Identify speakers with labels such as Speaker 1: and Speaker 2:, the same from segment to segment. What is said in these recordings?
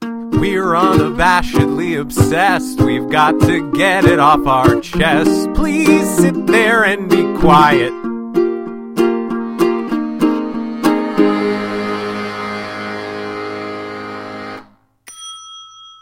Speaker 1: We're unabashedly obsessed. We've got to get it off our chest. Please sit there and be quiet.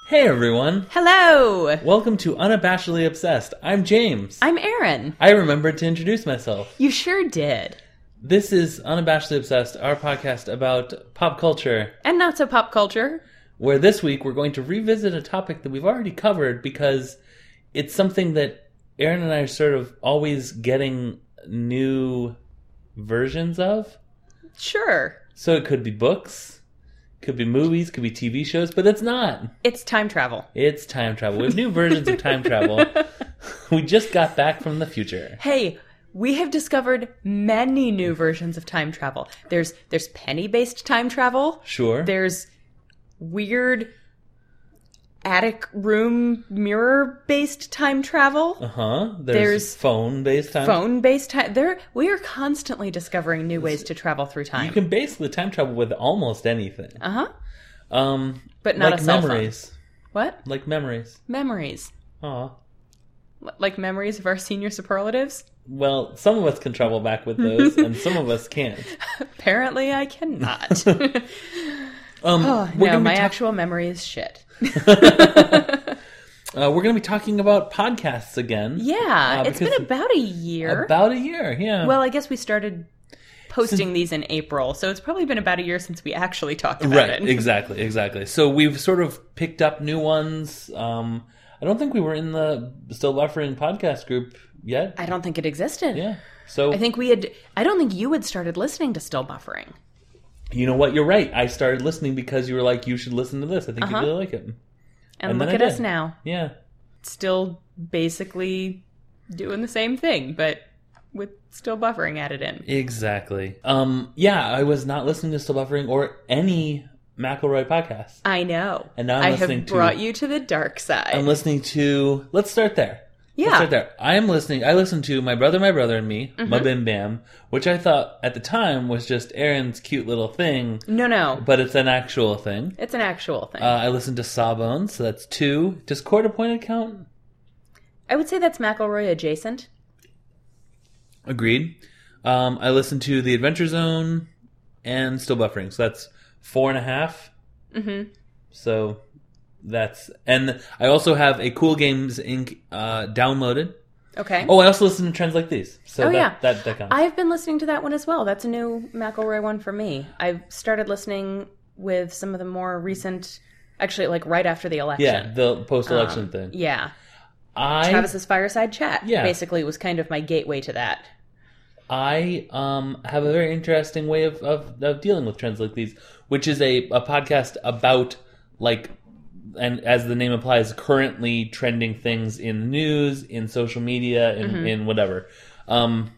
Speaker 2: Hey everyone!
Speaker 3: Hello.
Speaker 2: Welcome to Unabashedly Obsessed. I'm James.
Speaker 3: I'm Aaron.
Speaker 2: I remembered to introduce myself.
Speaker 3: You sure did.
Speaker 2: This is Unabashedly Obsessed, our podcast about pop culture,
Speaker 3: And not so pop culture.
Speaker 2: where this week we're going to revisit a topic that we've already covered because it's something that Aaron and I are sort of always getting new versions of.
Speaker 3: Sure.
Speaker 2: So it could be books, could be movies, could be TV shows, but it's not.
Speaker 3: It's time travel.
Speaker 2: It's time travel. We have new versions of time travel. We just got back from the future.
Speaker 3: Hey, we have discovered many new versions of time travel. There's there's penny-based time travel.
Speaker 2: Sure.
Speaker 3: There's weird attic room mirror-based time travel.
Speaker 2: Uh huh. There's,
Speaker 3: There's-
Speaker 2: phone based time.
Speaker 3: Phone-based time. There we are constantly discovering new ways to travel through
Speaker 2: You
Speaker 3: time.
Speaker 2: can basically time travel with almost anything.
Speaker 3: Uh-huh.
Speaker 2: Um,
Speaker 3: But not
Speaker 2: like
Speaker 3: a cell phone.
Speaker 2: memories.
Speaker 3: What?
Speaker 2: Like memories.
Speaker 3: Memories.
Speaker 2: Aw.
Speaker 3: L- Like memories of our senior superlatives?
Speaker 2: Well, some of us can travel back with those, and some of us can't.
Speaker 3: Apparently, I cannot.
Speaker 2: Um,
Speaker 3: oh,
Speaker 2: we're
Speaker 3: no,
Speaker 2: gonna
Speaker 3: my
Speaker 2: be ta-
Speaker 3: actual memory is shit.
Speaker 2: uh, we're going to be talking about podcasts again.
Speaker 3: Yeah,
Speaker 2: Uh,
Speaker 3: it's been
Speaker 2: because
Speaker 3: about a year.
Speaker 2: about a year. Yeah.
Speaker 3: well, I guess we started posting these in April, so it's probably been about a year since we actually talked about
Speaker 2: right.
Speaker 3: it.
Speaker 2: Exactly. Exactly. So we've sort of picked up new ones. Um, I don't think we were in the still buffering podcast group yet.
Speaker 3: I don't think it existed.
Speaker 2: yeah. So
Speaker 3: I think we had. I don't think you had started listening to Still Buffering.
Speaker 2: You know what? You're right. I started listening because you were like, you should listen to this. I think you
Speaker 3: Uh-huh.
Speaker 2: really like it.
Speaker 3: And,
Speaker 2: And then
Speaker 3: look
Speaker 2: I
Speaker 3: at us
Speaker 2: did.
Speaker 3: now,
Speaker 2: Yeah.
Speaker 3: still basically doing the same thing, but with Still Buffering added in.
Speaker 2: Exactly. Um, yeah, I was not listening to Still Buffering or any McElroy podcast.
Speaker 3: I know.
Speaker 2: And now I'm
Speaker 3: I
Speaker 2: listening
Speaker 3: have
Speaker 2: to-
Speaker 3: brought you to the dark side.
Speaker 2: I'm listening to, let's start there. Let's
Speaker 3: yeah.
Speaker 2: start there. I am listening, I listened to My Brother, My Brother and Me, Ma Bim Bam, which I thought at the time was just Aaron's cute little thing,
Speaker 3: No, no.
Speaker 2: but it's an actual thing.
Speaker 3: It's an actual thing.
Speaker 2: Uh, I listened to Sawbones, so that's two. Does Court Appointed count?
Speaker 3: I would say that's McElroy adjacent.
Speaker 2: Agreed. Um, I listened to The Adventure Zone and Still Buffering. So that's four and a half.
Speaker 3: Mm-hmm.
Speaker 2: So that's. And I also have a Cool Games Inc. Uh, downloaded.
Speaker 3: Okay.
Speaker 2: Oh, I also listen to trends like these. So
Speaker 3: Oh,
Speaker 2: that,
Speaker 3: yeah.
Speaker 2: that, that counts.
Speaker 3: I've been listening to that one as well. That's a new McElroy one for me. I've started listening with some of the more recent, actually, like right after the
Speaker 2: yeah,
Speaker 3: election.
Speaker 2: the post election
Speaker 3: Um,
Speaker 2: thing.
Speaker 3: Yeah.
Speaker 2: I
Speaker 3: Travis's fireside chat
Speaker 2: Yeah.
Speaker 3: basically was kind of my gateway to that.
Speaker 2: I um, have a very interesting way of, of, of dealing with trends like these, which is a, a podcast about, like, and as the name implies, currently trending things in the news, in social media, in,
Speaker 3: Mm-hmm.
Speaker 2: in whatever. Um,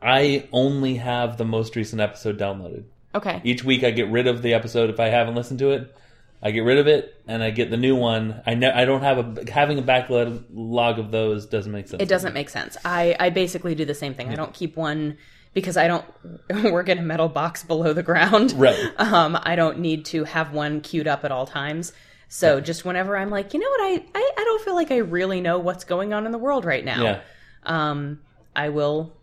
Speaker 2: I only have the most recent episode downloaded.
Speaker 3: Okay.
Speaker 2: Each week I get rid of the episode if I haven't listened to it. I get rid of it and I get the new one. I know I don't have a having a backlog of those doesn't make sense.
Speaker 3: It doesn't make sense. I, I basically do the same thing. I don't keep one because I don't work in a metal box below the ground.
Speaker 2: Right.
Speaker 3: Um, I don't need to have one queued up at all times. So just whenever I'm like, you know what, I, I, I don't feel like I really know what's going on in the world right now.
Speaker 2: Yeah.
Speaker 3: Um, I will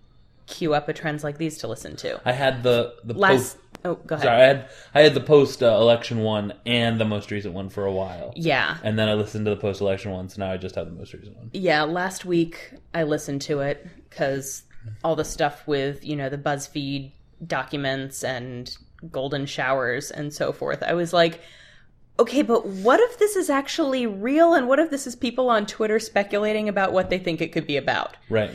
Speaker 3: queue up a trends like these to listen to.
Speaker 2: I had the the
Speaker 3: Last,
Speaker 2: post-
Speaker 3: oh, go ahead.
Speaker 2: Sorry, I had I had the post uh, election one and the most recent one for a while,
Speaker 3: Yeah.
Speaker 2: and then I listened to the post election one, so now I just have the most recent one.
Speaker 3: Yeah, last week I listened to it because all the stuff with, you know, the BuzzFeed documents and golden showers and so forth. I was like, okay, but what if this is actually real and what if this is people on Twitter speculating about what they think it could be about?
Speaker 2: Right?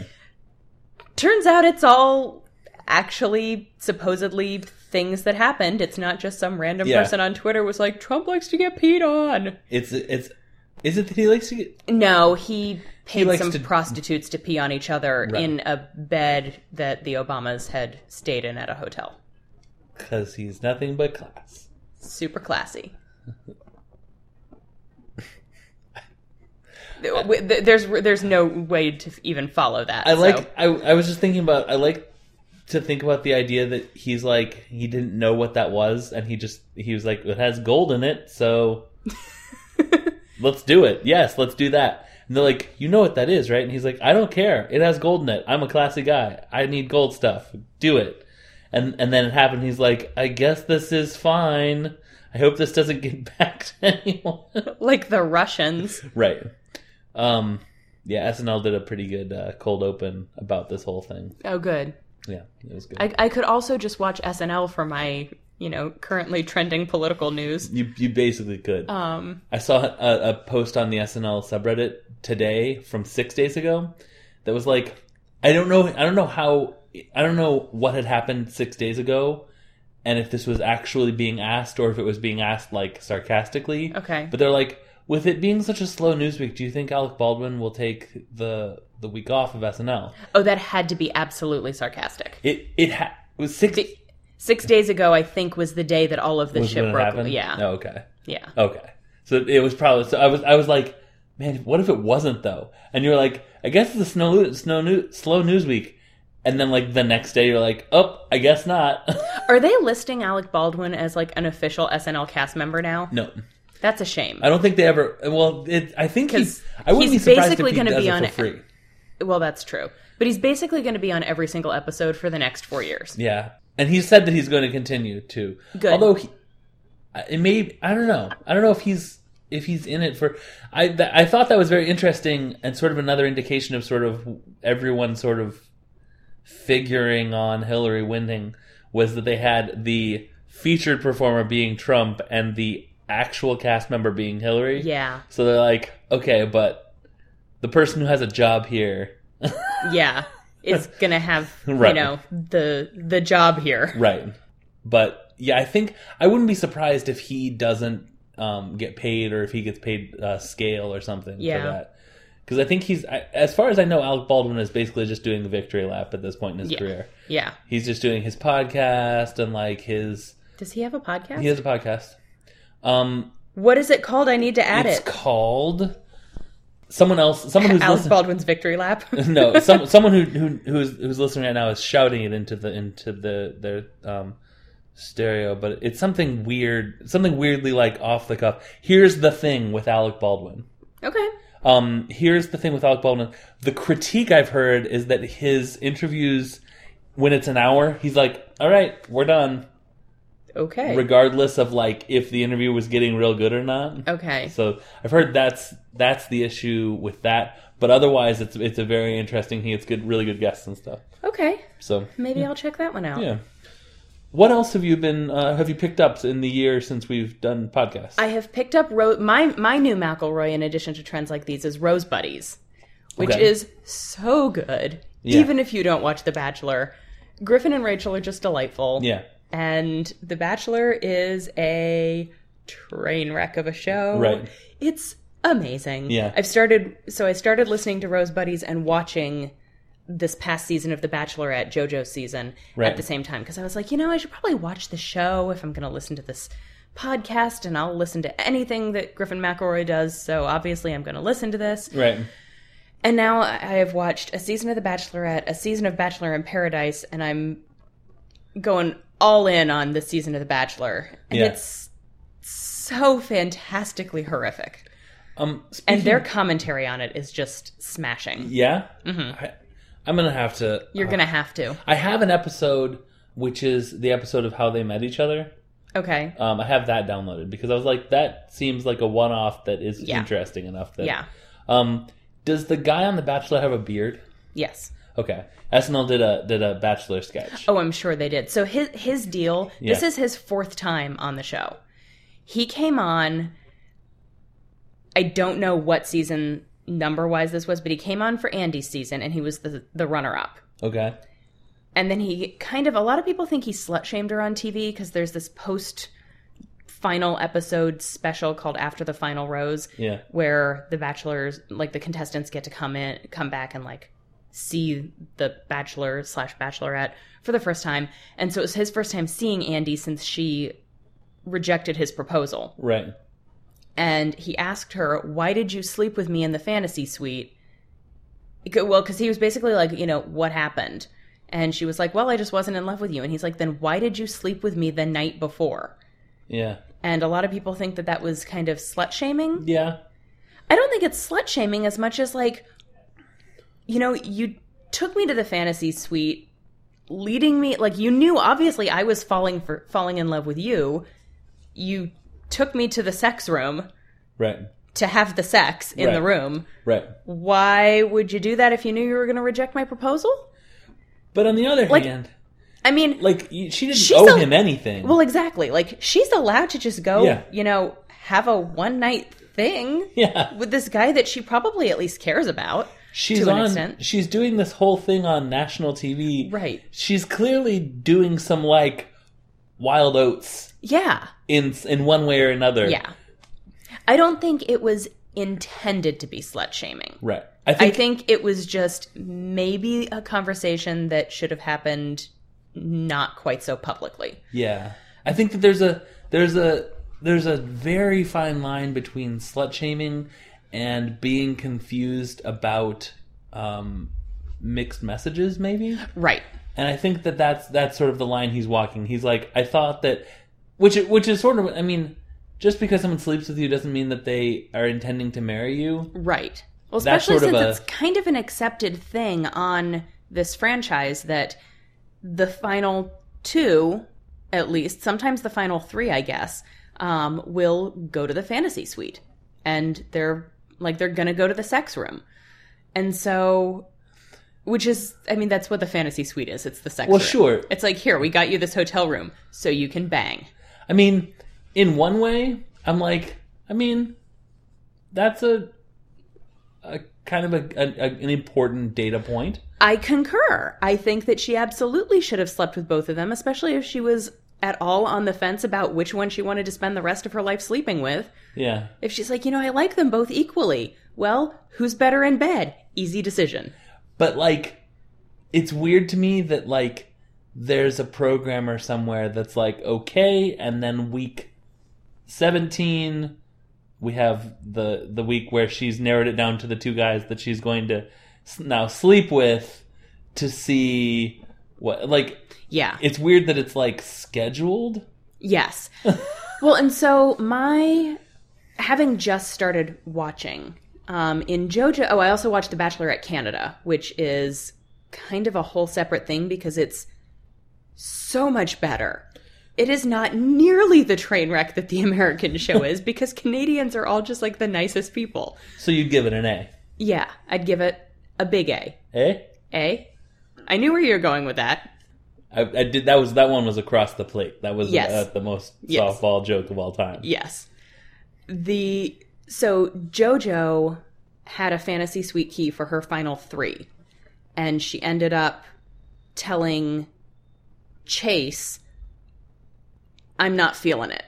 Speaker 3: Turns out it's all actually supposedly things that happened. It's not just some random
Speaker 2: Yeah.
Speaker 3: person on Twitter was like, Trump likes to get peed on.
Speaker 2: It's it's is it that he likes to get
Speaker 3: No, he paid
Speaker 2: likes
Speaker 3: some
Speaker 2: to-
Speaker 3: prostitutes to pee on each other
Speaker 2: Right.
Speaker 3: in a bed that the Obamas had stayed in at a hotel.
Speaker 2: because he's nothing but class.
Speaker 3: Super classy. Th- th- there's there's no way to even follow that.
Speaker 2: I like
Speaker 3: so-
Speaker 2: I I was just thinking about I like to think about the idea that he's like he didn't know what that was, and he just he was like it has gold in it, so let's do it. Yes, let's do that. And they're like, you know what that is, right? And he's like, I don't care. It has gold in it. I'm a classy guy. I need gold stuff. Do it. And and then it happened. He's like, I guess this is fine. I hope this doesn't get back to anyone.
Speaker 3: like the Russians.
Speaker 2: right. Um. Yeah, SNL did a pretty good uh, cold open about this whole thing.
Speaker 3: Oh, good.
Speaker 2: Yeah, it was good.
Speaker 3: I, I could also just watch SNL for my, you know, currently trending political news.
Speaker 2: you you basically could.
Speaker 3: Um,
Speaker 2: I saw a, a post on the SNL subreddit today from six days ago that was like, I don't know, I don't know how, I don't know what had happened six days ago, and if this was actually being asked or if it was being asked like sarcastically.
Speaker 3: okay.
Speaker 2: But they're like, with it being such a slow news week, do you think Alec Baldwin will take the the week off of SNL?
Speaker 3: Oh, that had to be absolutely sarcastic.
Speaker 2: It it, ha- it was six.
Speaker 3: The- Six days ago, I think, was the day that all of this
Speaker 2: was
Speaker 3: shit
Speaker 2: when it
Speaker 3: broke.
Speaker 2: happened?
Speaker 3: Yeah,
Speaker 2: Oh, okay.
Speaker 3: yeah.
Speaker 2: Okay. So it was probably. So I was. I was like, man, what if it wasn't though? And you're like, I guess it's a snow, snow, new, slow news week. And then like the next day, you're like, oh, I guess not.
Speaker 3: Are they listing Alec Baldwin as like an official SNL cast member now?
Speaker 2: no,
Speaker 3: That's a shame.
Speaker 2: I don't think they ever. Well, it, I think he's.
Speaker 3: 'Cause
Speaker 2: I wouldn't
Speaker 3: he's
Speaker 2: be surprised
Speaker 3: basically
Speaker 2: if he
Speaker 3: gonna
Speaker 2: does
Speaker 3: be
Speaker 2: it
Speaker 3: on
Speaker 2: for
Speaker 3: it.
Speaker 2: free.
Speaker 3: Well, that's true. But he's basically going to be on every single episode for the next four years.
Speaker 2: Yeah, and he said that he's going to continue to.
Speaker 3: Good.
Speaker 2: Although he, I- it may, I don't know. I don't know if he's if he's in it for. I th- I thought that was very interesting and sort of another indication of sort of everyone sort of figuring on Hillary winning was that they had the featured performer being Trump and the actual cast member being Hillary.
Speaker 3: Yeah,
Speaker 2: So they're like, okay, but the person who has a job here
Speaker 3: yeah. It's going to have
Speaker 2: Right.
Speaker 3: you know the the job here.
Speaker 2: Right. But yeah, I think I wouldn't be surprised if he doesn't um, get paid or if he gets paid uh, scale or something
Speaker 3: Yeah.
Speaker 2: for that. Because I think he's, I, as far as I know, Alec Baldwin is basically just doing the victory lap at this point in his
Speaker 3: Yeah.
Speaker 2: career.
Speaker 3: Yeah.
Speaker 2: He's just doing his podcast and like his,
Speaker 3: Does he have a podcast?
Speaker 2: he has a podcast. Um,
Speaker 3: What is it called? I need to add
Speaker 2: it's
Speaker 3: it.
Speaker 2: called someone else, someone who's
Speaker 3: Alice
Speaker 2: listening.
Speaker 3: Baldwin's victory lap.
Speaker 2: no, some, someone who, who who's who's listening right now is shouting it into the into the their um, stereo, but it's something weird, something weirdly like off the cuff. Here's the thing with Alec Baldwin.
Speaker 3: okay.
Speaker 2: Um, here's the thing with Alec Baldwin. The critique I've heard is that his interviews, when it's an hour, he's like, "All right, we're done,"
Speaker 3: Okay.
Speaker 2: regardless of like if the interview was getting real good or not.
Speaker 3: okay.
Speaker 2: So I've heard that's that's the issue with that. But otherwise, it's it's a very interesting. He gets good, really good guests and stuff.
Speaker 3: Okay.
Speaker 2: So
Speaker 3: Maybe I'll check that one out.
Speaker 2: yeah. What else have you been? Uh, have you picked up in the year since we've done podcasts?
Speaker 3: I have picked up Ro- my my new McElroy in addition to trends like these is Rose Buddies, which
Speaker 2: Okay.
Speaker 3: is so good.
Speaker 2: Yeah.
Speaker 3: Even if you don't watch The Bachelor, Griffin and Rachel are just delightful.
Speaker 2: yeah.
Speaker 3: And The Bachelor is a train wreck of a show.
Speaker 2: Right.
Speaker 3: It's amazing.
Speaker 2: Yeah.
Speaker 3: I've started so I started listening to Rose Buddies and watching this past season of The Bachelorette, JoJo season,
Speaker 2: Right.
Speaker 3: at the same time because I was like, you know, I should probably watch the show if I'm going to listen to this podcast, and I'll listen to anything that Griffin McElroy does. So obviously, I'm going to listen to this.
Speaker 2: Right.
Speaker 3: And now I have watched a season of The Bachelorette, a season of Bachelor in Paradise, and I'm going all in on this season of The Bachelor. And
Speaker 2: Yeah.
Speaker 3: it's so fantastically horrific.
Speaker 2: Um.
Speaker 3: And
Speaker 2: Speaking,
Speaker 3: their commentary on it is just smashing.
Speaker 2: yeah.
Speaker 3: Mm-hmm.
Speaker 2: I, I'm gonna have to.
Speaker 3: You're going to have to.
Speaker 2: I have an episode which is the episode of how they met each other.
Speaker 3: Okay.
Speaker 2: Um, I have that downloaded because I was like, that seems like a one-off that is
Speaker 3: Yeah.
Speaker 2: interesting enough. That,
Speaker 3: Yeah.
Speaker 2: Um, does the guy on The Bachelor have a beard?
Speaker 3: Yes.
Speaker 2: Okay. SNL did a did a Bachelor sketch.
Speaker 3: Oh, I'm sure they did. So his his deal. This
Speaker 2: Yeah.
Speaker 3: is his fourth time on the show. He came on. I don't know what season number wise this was, but he came on for Andy's season, and he was the the runner up.
Speaker 2: Okay.
Speaker 3: And then he kind of a lot of people think he slut shamed her on TV because there's this post final episode special called After the Final Rose
Speaker 2: Yeah.
Speaker 3: where the bachelors like the contestants get to come in come back and like see the bachelor slash bachelorette for the first time and so it was his first time seeing andy since she rejected his proposal
Speaker 2: Right.
Speaker 3: and he asked her why did you sleep with me in the fantasy suite It go- well because he was basically like you know what happened and she was like well i just wasn't in love with you and he's like then why did you sleep with me the night before
Speaker 2: Yeah.
Speaker 3: and a lot of people think that that was kind of slut shaming
Speaker 2: Yeah.
Speaker 3: I don't think it's slut shaming as much as like, you know, you took me to the fantasy suite, leading me like you knew obviously I was falling for falling in love with you. You took me to the sex room
Speaker 2: Right.
Speaker 3: to have the sex in the
Speaker 2: Right.
Speaker 3: room.
Speaker 2: Right.
Speaker 3: Why would you do that if you knew you were going to reject my proposal?
Speaker 2: But on the other
Speaker 3: Like-
Speaker 2: hand,
Speaker 3: I mean,
Speaker 2: like y- she didn't
Speaker 3: She's
Speaker 2: owe
Speaker 3: a-
Speaker 2: him anything.
Speaker 3: well, exactly. Like she's allowed to just go,
Speaker 2: Yeah.
Speaker 3: you know, have a one night thing
Speaker 2: yeah.
Speaker 3: with this guy that she probably at least cares about.
Speaker 2: She's
Speaker 3: to an
Speaker 2: on.
Speaker 3: extent.
Speaker 2: She's doing this whole thing on national TV.
Speaker 3: Right.
Speaker 2: She's clearly doing some like wild oats
Speaker 3: Yeah.
Speaker 2: in in one way or another.
Speaker 3: Yeah. I don't think it was intended to be slut shaming.
Speaker 2: Right. I
Speaker 3: I
Speaker 2: think.
Speaker 3: think it was just maybe a conversation that should have happened not quite so publicly.
Speaker 2: yeah. I think that there's a there's a there's a very fine line between slut shaming and being confused about um, mixed messages, maybe.
Speaker 3: Right.
Speaker 2: and I think that that's that's sort of the line he's walking. He's like, I thought that, which which is sort of, I mean, just because someone sleeps with you doesn't mean that they are intending to marry you.
Speaker 3: Right. Well,
Speaker 2: That's
Speaker 3: especially
Speaker 2: sort of
Speaker 3: since
Speaker 2: a-
Speaker 3: it's kind of an accepted thing on this franchise that the final two, at least, sometimes the final three, I guess, um, will go to the fantasy suite, and they're like they're gonna go to the sex room, and so, which is, I mean, that's what the fantasy suite is. It's the sex.
Speaker 2: Well,
Speaker 3: room.
Speaker 2: sure.
Speaker 3: It's like here we got you this hotel room so you can bang.
Speaker 2: I mean, in one way, I'm like, I mean, that's a, a kind of a, a, a- an important data point.
Speaker 3: I concur. I think that she absolutely should have slept with both of them, especially if she was at all on the fence about which one she wanted to spend the rest of her life sleeping with.
Speaker 2: Yeah,
Speaker 3: If she's like, you know, I like them both equally, well, who's better in bed? Easy decision.
Speaker 2: but like, it's weird to me that like there's a programmer somewhere that's like, okay, and then week 17 we have the the week where she's narrowed it down to the two guys that she's going to s- now sleep with to see what like
Speaker 3: Yeah.
Speaker 2: it's weird that it's like scheduled
Speaker 3: Yes. well, and so my having just started watching um, in JoJo. Oh, I also watched The Bachelorette Canada, which is kind of a whole separate thing because it's so much better. It is not nearly the train wreck that the American show is because Canadians are all just like the nicest people.
Speaker 2: so you'd give it an a
Speaker 3: Yeah, I'd give it a big A.
Speaker 2: eh
Speaker 3: A? I knew where you were going with that.
Speaker 2: I, I did that was that one was across the plate that was
Speaker 3: Yes.
Speaker 2: uh, the most
Speaker 3: Yes.
Speaker 2: softball joke of all time
Speaker 3: Yes. The so JoJo had a fantasy suite key for her final 3 and she ended up telling Chase I'm not feeling it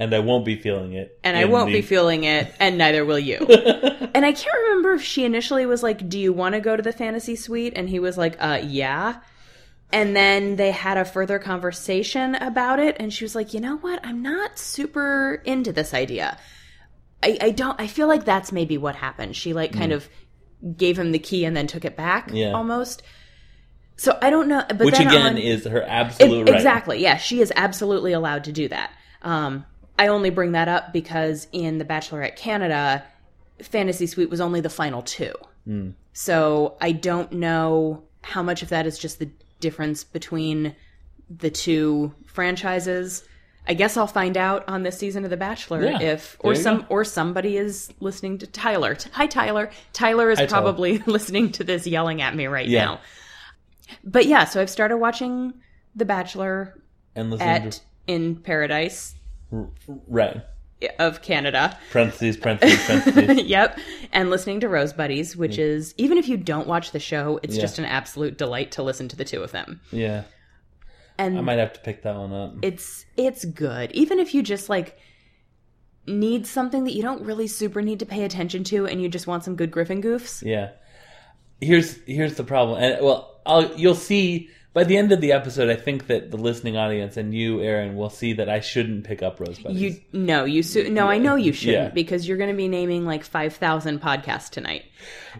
Speaker 2: and i won't be feeling it
Speaker 3: and I
Speaker 2: in
Speaker 3: won't
Speaker 2: the-
Speaker 3: be feeling it and neither will you. and I can't remember if she initially was like do you want to go to the fantasy suite and he was like uh yeah. And then they had a further conversation about it and she was like, "You know what? I'm not super into this idea." I, I don't I feel like that's maybe what happened. She like kind of gave him the key and then took it back
Speaker 2: Hmm. Yeah.
Speaker 3: almost. So I don't know, but
Speaker 2: which
Speaker 3: then
Speaker 2: again
Speaker 3: on-
Speaker 2: is her
Speaker 3: It-
Speaker 2: absolute right
Speaker 3: Exactly. Yeah, she is absolutely allowed to do that. Um, I only bring that up because in The Bachelorette Canada, Fantasy Suite was only the final two.
Speaker 2: Hmm.
Speaker 3: So I don't know how much of that is just the difference between the two franchises. I guess I'll find out on this season of The Bachelor
Speaker 2: Yeah.
Speaker 3: if or
Speaker 2: There you
Speaker 3: some
Speaker 2: go.
Speaker 3: or somebody is listening to Tyler. T- Hi Tyler. Tyler is
Speaker 2: Hi, Tyler.
Speaker 3: probably listening to this yelling at me right
Speaker 2: Yeah.
Speaker 3: now. But yeah, so I've started watching The Bachelor
Speaker 2: and listen
Speaker 3: at
Speaker 2: to
Speaker 3: in Paradise
Speaker 2: right
Speaker 3: of Canada.
Speaker 2: parentheses parentheses parentheses
Speaker 3: yep. And listening to Rose Buddies, which is even if you don't watch the show, it's
Speaker 2: Yeah.
Speaker 3: just an absolute delight to listen to the two of them.
Speaker 2: yeah
Speaker 3: And
Speaker 2: i might have to pick that one up
Speaker 3: it's it's good even if you just like need something that you don't really super need to pay attention to and you just want some good griffin goofs
Speaker 2: yeah here's here's the problem and well I'll, you'll see By the end of the episode, I think that the listening audience and you, Aaron, will see that I shouldn't pick up Rose Buddies.
Speaker 3: You no, you su- no. I know you shouldn't
Speaker 2: Yeah.
Speaker 3: because you're going to be naming like five thousand podcasts tonight.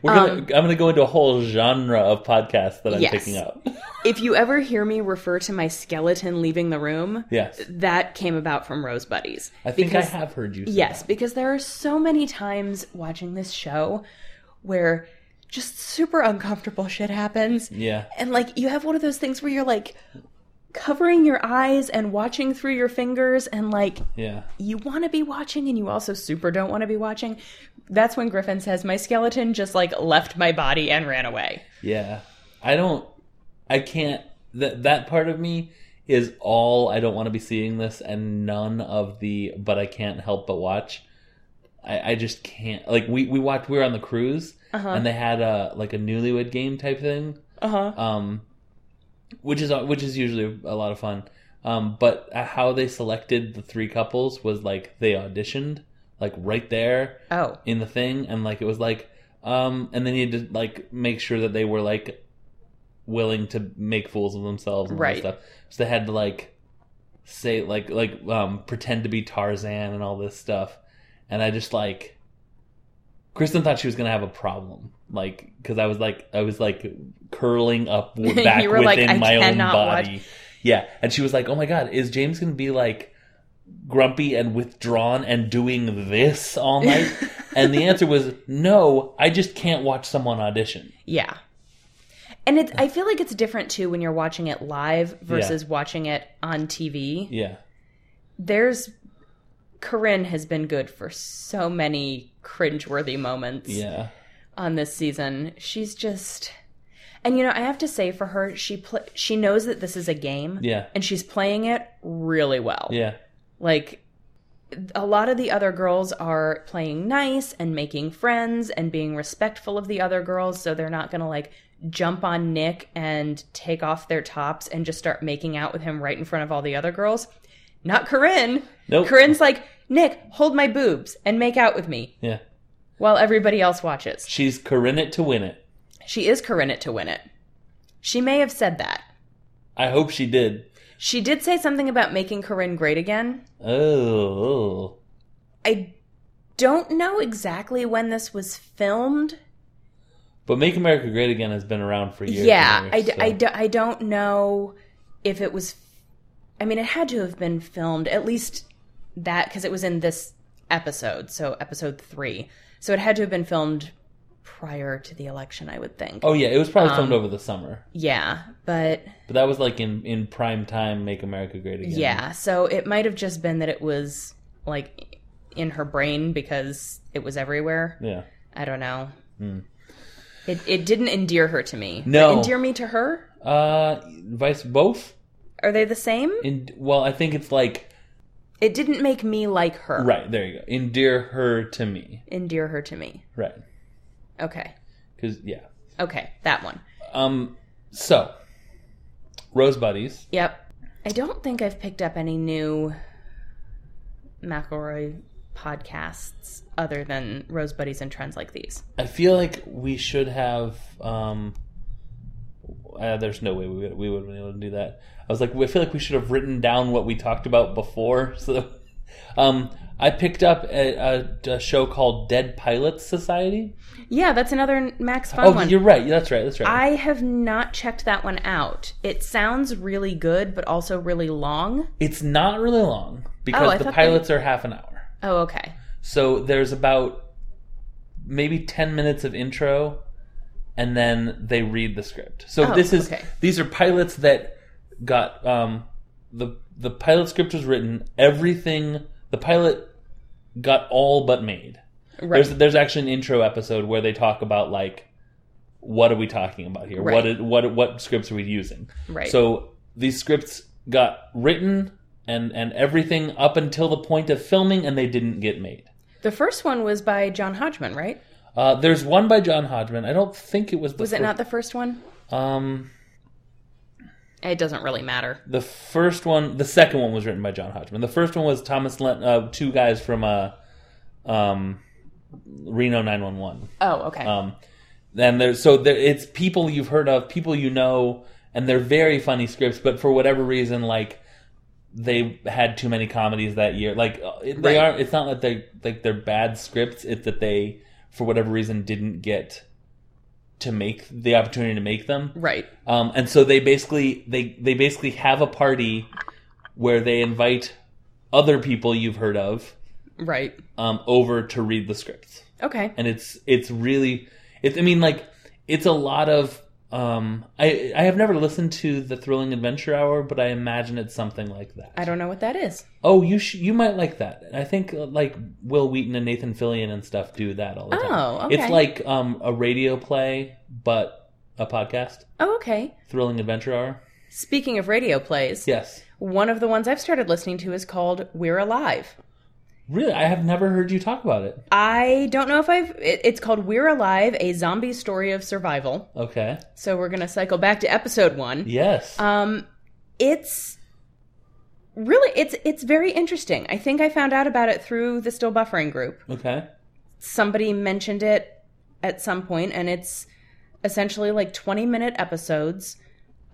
Speaker 2: We're gonna, I'm going to go into a whole genre of podcasts that
Speaker 3: Um,
Speaker 2: I'm
Speaker 3: Yes.
Speaker 2: picking up.
Speaker 3: If you ever hear me refer to my skeleton leaving the room,
Speaker 2: Yes.
Speaker 3: that came about from Rose Buddies.
Speaker 2: I think
Speaker 3: because,
Speaker 2: I have heard you say
Speaker 3: Yes, because there are so many times watching this show where just super uncomfortable shit happens.
Speaker 2: that. Yeah.
Speaker 3: And like you have one of those things where you're like covering your eyes and watching through your fingers and like
Speaker 2: Yeah.
Speaker 3: you want to be watching and you also super don't want to be watching. That's when Griffin says my skeleton just like left my body and ran away.
Speaker 2: Yeah. I don't I can't that that part of me is all I don't want to be seeing this and none of the but I can't help but watch. I, I just can't like we, we watched we were on the cruise and they had a like a newlywed game type thing.
Speaker 3: Uh-huh.
Speaker 2: Um which is uh, which is usually a lot of fun. Um but how they selected the three couples was like they auditioned like right there
Speaker 3: Oh.
Speaker 2: in the thing and like it was like um and they needed to like make sure that they were like willing to make fools of themselves and all
Speaker 3: Right.
Speaker 2: that stuff so they had to like say like like um pretend to be tarzan and all this stuff and i just like kristen thought she was gonna have a problem like because i was like i was like curling up w- back
Speaker 3: You were like,
Speaker 2: within
Speaker 3: "I
Speaker 2: my own
Speaker 3: cannot watch."
Speaker 2: body yeah and she was like oh my god is james gonna be like grumpy and withdrawn and doing this all night? and the answer was no, I just can't watch someone audition.
Speaker 3: Yeah. And it's I feel like it's different too when you're watching it live versus watching it on TV.
Speaker 2: Yeah.
Speaker 3: There's Corinne has been good for so many cringeworthy moments
Speaker 2: Yeah.
Speaker 3: on this season. She's just and you know, I have to say for her, she pl- she knows that this is a game
Speaker 2: Yeah.
Speaker 3: and she's playing it really well.
Speaker 2: Yeah.
Speaker 3: Like a lot of the other girls are playing nice and making friends and being respectful of the other girls, so they're not gonna like jump on Nick and take off their tops and just start making out with him right in front of all the other girls. Not Corinne.
Speaker 2: Nope.
Speaker 3: Corinne's like, Nick, hold my boobs and make out with me
Speaker 2: Yeah.
Speaker 3: while everybody else watches.
Speaker 2: She's Corinne it to win it.
Speaker 3: She is Corinne it to win it. She may have said that.
Speaker 2: I hope she did.
Speaker 3: She did say something about making Corinne great again.
Speaker 2: Oh.
Speaker 3: I don't know exactly when this was filmed.
Speaker 2: But Make America Great Again has been around for years.
Speaker 3: yeah,
Speaker 2: and
Speaker 3: I,
Speaker 2: years,
Speaker 3: d- I
Speaker 2: so-
Speaker 3: d- I don't know if it was. I mean, it had to have been filmed, at least that, because it was in this episode, so episode three. So it had to have been filmed prior to the election, I would think.
Speaker 2: Oh yeah, it was probably filmed
Speaker 3: Um.
Speaker 2: over the summer.
Speaker 3: Yeah, but
Speaker 2: But that was like in in prime time Make America Great Again.
Speaker 3: yeah, so it might have just been that it was, like, in her brain because it was everywhere.
Speaker 2: Yeah.
Speaker 3: I don't know. It it didn't endear her to me.
Speaker 2: Hmm. No.
Speaker 3: Did it endear me to her.
Speaker 2: Uh vice both?
Speaker 3: Are they the same?
Speaker 2: In well, I think it's like
Speaker 3: It didn't make me like her.
Speaker 2: right, there you go. Endear her to me.
Speaker 3: Endear her to me.
Speaker 2: Right.
Speaker 3: Okay.
Speaker 2: Cuz yeah.
Speaker 3: Okay. That one.
Speaker 2: Um, so Rose Buddies.
Speaker 3: Yep. I don't think I've picked up any new McElroy podcasts other than Rose Buddies and Trends like these.
Speaker 2: I feel like we should have. Um, uh, there's no way we would, we would have been able to do that. I was like, I feel like we should have written down what we talked about before. So, that- um, I picked up a, a, a show called Dead Pilots Society.
Speaker 3: Yeah, that's another Max Fun
Speaker 2: Oh,
Speaker 3: one.
Speaker 2: you're right. That's right. That's right.
Speaker 3: I have not checked that one out. It sounds really good, but also really long.
Speaker 2: it's not really long
Speaker 3: Oh,
Speaker 2: because
Speaker 3: I
Speaker 2: the
Speaker 3: thought
Speaker 2: pilots are half an hour.
Speaker 3: Oh, okay.
Speaker 2: So there's about maybe 10 minutes of intro and then they read the script. So
Speaker 3: Oh,
Speaker 2: this is
Speaker 3: okay.
Speaker 2: these are pilots that got um the the pilot script was written, everything the pilot got all but made.
Speaker 3: Right.
Speaker 2: There's there's actually an intro episode where they talk about like what are we talking about here?
Speaker 3: Right.
Speaker 2: What is- what what scripts are we using?
Speaker 3: Right.
Speaker 2: So these scripts got written and and everything up until the point of filming and they didn't get made.
Speaker 3: The first one was by John Hodgman, right?
Speaker 2: Uh, there's one by John Hodgman. I don't think it was. The
Speaker 3: Was it not the first one?
Speaker 2: the? Um,
Speaker 3: It doesn't really matter.
Speaker 2: the first one, the second one was written by John Hodgman. The first one was Thomas Lent, uh, two guys from uh, um, Reno 911.
Speaker 3: Oh, okay.
Speaker 2: Um, and there's so there, it's people you've heard of, people you know, and they're very funny scripts. But for whatever reason, like they had too many comedies that year. Like uh, it- they
Speaker 3: Right.
Speaker 2: aren't. It's not that they like they're bad scripts. It's that they, for whatever reason, didn't get to make the opportunity to make them.
Speaker 3: Right.
Speaker 2: Um, and so they basically they they basically have a party where they invite other people you've heard of
Speaker 3: Right.
Speaker 2: um, over to read the scripts
Speaker 3: Okay.
Speaker 2: and it's it's really it's i mean like it's a lot of um i i have never listened to the thrilling adventure hour but i imagine it's something like that
Speaker 3: I don't know what that is.
Speaker 2: oh you sh- you might like that i think uh, like will wheaton and nathan fillion and stuff do that all the time
Speaker 3: Oh, okay.
Speaker 2: it's like um a radio play but a podcast
Speaker 3: Oh, okay.
Speaker 2: thrilling adventure hour
Speaker 3: Speaking of radio plays,
Speaker 2: yes
Speaker 3: one of the ones I've started listening to is called We're Alive.
Speaker 2: really i have never heard you talk about it
Speaker 3: I don't know if I've. It, it's called We're Alive, a zombie story of survival.
Speaker 2: okay
Speaker 3: So we're going to cycle back to episode one.
Speaker 2: yes
Speaker 3: Um, it's really it's it's very interesting. I think I found out about it through the Still Buffering group.
Speaker 2: okay
Speaker 3: Somebody mentioned it at some point, and it's essentially like twenty minute episodes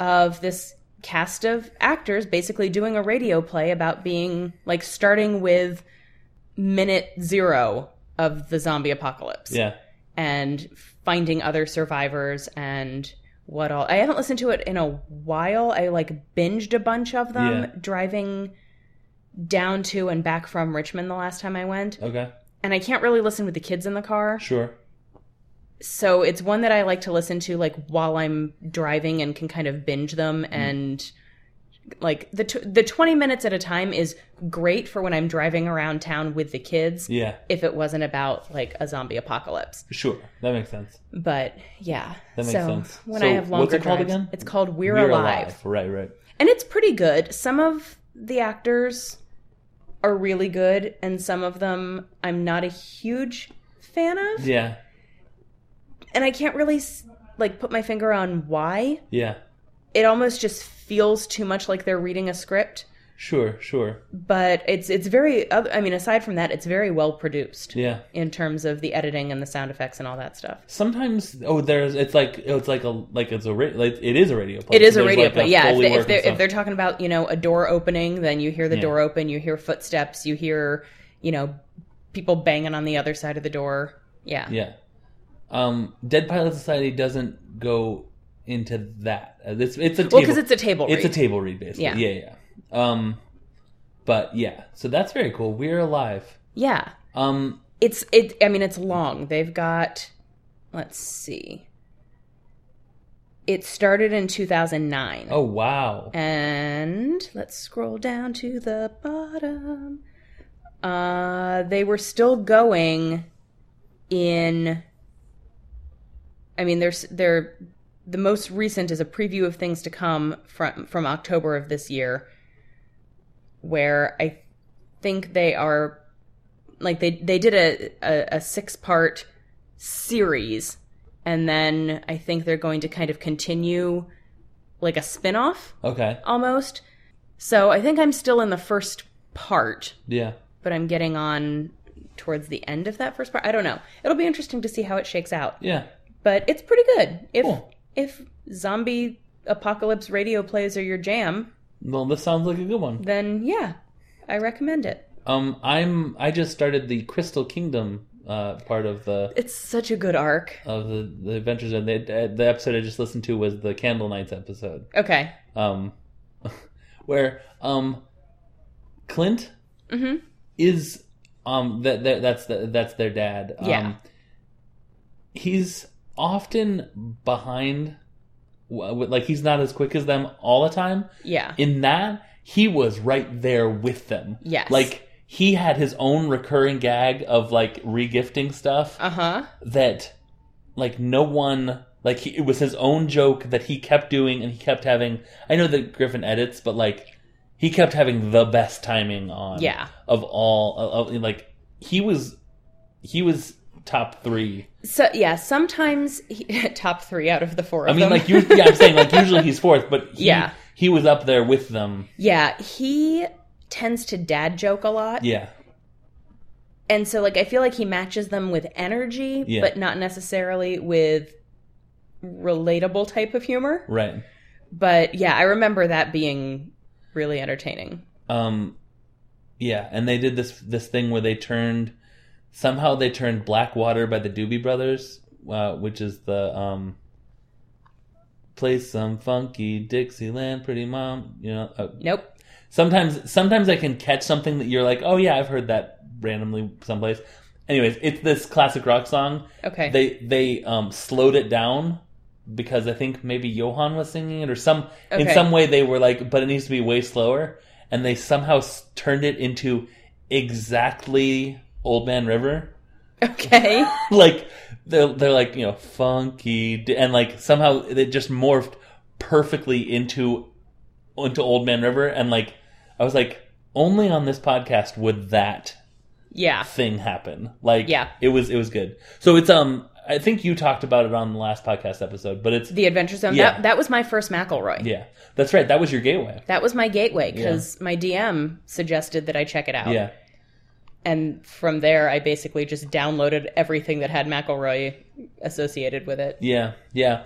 Speaker 3: of this cast of actors basically doing a radio play about being like starting with minute zero of the zombie apocalypse
Speaker 2: yeah
Speaker 3: and finding other survivors and what all. I haven't listened to it in a while. I like binged a bunch of them
Speaker 2: Yeah.
Speaker 3: driving down to and back from Richmond the last time I went.
Speaker 2: okay
Speaker 3: And I can't really listen with the kids in the car.
Speaker 2: sure
Speaker 3: So it's one that I like to listen to like while I'm driving and can kind of binge them
Speaker 2: Mm-hmm.
Speaker 3: and like the t- the 20 minutes at a time is great for when I'm driving around town with the kids
Speaker 2: yeah
Speaker 3: if it wasn't about like a zombie apocalypse.
Speaker 2: sure that makes sense
Speaker 3: But yeah,
Speaker 2: That makes
Speaker 3: so
Speaker 2: sense.
Speaker 3: when
Speaker 2: So
Speaker 3: I have longer
Speaker 2: what's it called
Speaker 3: drives-
Speaker 2: again?
Speaker 3: it's called We're,
Speaker 2: We're
Speaker 3: Alive.
Speaker 2: right right
Speaker 3: and it's pretty good. Some of the actors are really good, and some of them I'm not a huge fan of,
Speaker 2: yeah
Speaker 3: and I can't really s- like put my finger on why.
Speaker 2: yeah
Speaker 3: It almost just feels too much like they're reading a script.
Speaker 2: Sure, sure.
Speaker 3: But it's it's very. oth- I mean, aside from that, it's very well produced
Speaker 2: Yeah.
Speaker 3: in terms of the editing and the sound effects and all that stuff.
Speaker 2: Sometimes oh there's it's like oh, it's like a like it's a ra- like it is a radio play.
Speaker 3: It is
Speaker 2: So
Speaker 3: a
Speaker 2: there's
Speaker 3: radio
Speaker 2: like
Speaker 3: play. Yeah, if,
Speaker 2: Foley
Speaker 3: they,
Speaker 2: work
Speaker 3: if, they're,
Speaker 2: and
Speaker 3: if they're talking about you know a door opening, then you hear the
Speaker 2: Yeah.
Speaker 3: door open, you hear footsteps, you hear you know people banging on the other side of the door. Yeah,
Speaker 2: stuff. Yeah. Um Dead Pilot Society doesn't go into that. Uh, It's it's a table,
Speaker 3: well, because it's a table.
Speaker 2: it's a
Speaker 3: read.
Speaker 2: table read basically.
Speaker 3: Yeah.
Speaker 2: Yeah. yeah, Um but yeah. So that's very cool. We're alive.
Speaker 3: yeah.
Speaker 2: Um
Speaker 3: It's it. I mean, it's long. They've got. Let's see. It started in two thousand nine.
Speaker 2: oh wow.
Speaker 3: And let's scroll down to the bottom. Uh, they were still going in. I mean, there's they're the most recent is a preview of things to come from from October of this year, where I think they are like they they did a a, a six part series, and then I think they're going to kind of continue like a spin off
Speaker 2: Okay.
Speaker 3: almost. So I think I'm still in the first part,
Speaker 2: Yeah.
Speaker 3: but I'm getting on towards the end of that first part. I don't know. It'll be interesting to see how it shakes out.
Speaker 2: Yeah.
Speaker 3: But it's pretty good. If
Speaker 2: Cool.
Speaker 3: if zombie apocalypse radio plays are your jam,
Speaker 2: Well, this sounds like a good one.
Speaker 3: then yeah, I recommend it.
Speaker 2: Um I'm I just started the Crystal Kingdom uh part of the
Speaker 3: It's such a good arc.
Speaker 2: of the, the adventures and the, the episode i just listened to was the candle knights episode
Speaker 3: Okay.
Speaker 2: um where um clint
Speaker 3: Mhm.
Speaker 2: is um that that that's the, that's their dad um,
Speaker 3: Yeah.
Speaker 2: he's often behind w- with- like he's not as quick as them all the time
Speaker 3: Yeah.
Speaker 2: in that he was right there with them
Speaker 3: Yes.
Speaker 2: like he had his own recurring gag of like regifting stuff
Speaker 3: Uh-huh.
Speaker 2: that like no one like he, it was his own joke that he kept doing and he kept having i know that griffin edits but like he kept having the best timing on
Speaker 3: Yeah.
Speaker 2: of all of, of- like he was he was top three
Speaker 3: So yeah, sometimes he, top 3 out of the 4 of
Speaker 2: i mean
Speaker 3: them.
Speaker 2: like you yeah i'm saying like usually he's fourth but he,
Speaker 3: Yeah.
Speaker 2: he was up there with them
Speaker 3: yeah, he tends to dad joke a lot.
Speaker 2: yeah
Speaker 3: and so like i feel like he matches them with energy
Speaker 2: Yeah.
Speaker 3: but not necessarily with relatable type of humor
Speaker 2: right
Speaker 3: But yeah, I remember that being really entertaining.
Speaker 2: Um, yeah, and they did this this thing where they turned somehow they turned Blackwater by the Doobie Brothers, uh, which is the um, play some funky Dixieland, pretty mom. You know, uh,
Speaker 3: Nope.
Speaker 2: sometimes sometimes I can catch something that you're like, oh yeah, I've heard that randomly someplace. Anyways, it's this classic rock song.
Speaker 3: Okay.
Speaker 2: They they um, slowed it down because I think maybe Johan was singing it or some in
Speaker 3: Okay.
Speaker 2: some way they were like, but it needs to be way slower, and they somehow s- turned it into exactly Old Man River.
Speaker 3: okay.
Speaker 2: like they're they're like you know funky d- and like somehow it just morphed perfectly into into Old Man River and like I was like only on this podcast would that
Speaker 3: yeah.
Speaker 2: thing happen. Like
Speaker 3: Yeah.
Speaker 2: it was it was good. So it's um I think you talked about it on the last podcast episode, but it's
Speaker 3: The Adventure Zone.
Speaker 2: Yeah.
Speaker 3: That that was my first McElroy.
Speaker 2: yeah. That's right. That was your gateway.
Speaker 3: That was my gateway because my DM suggested that I check it out.
Speaker 2: Yeah.
Speaker 3: And from there, I basically just downloaded everything that had McElroy associated with it.
Speaker 2: Yeah, yeah.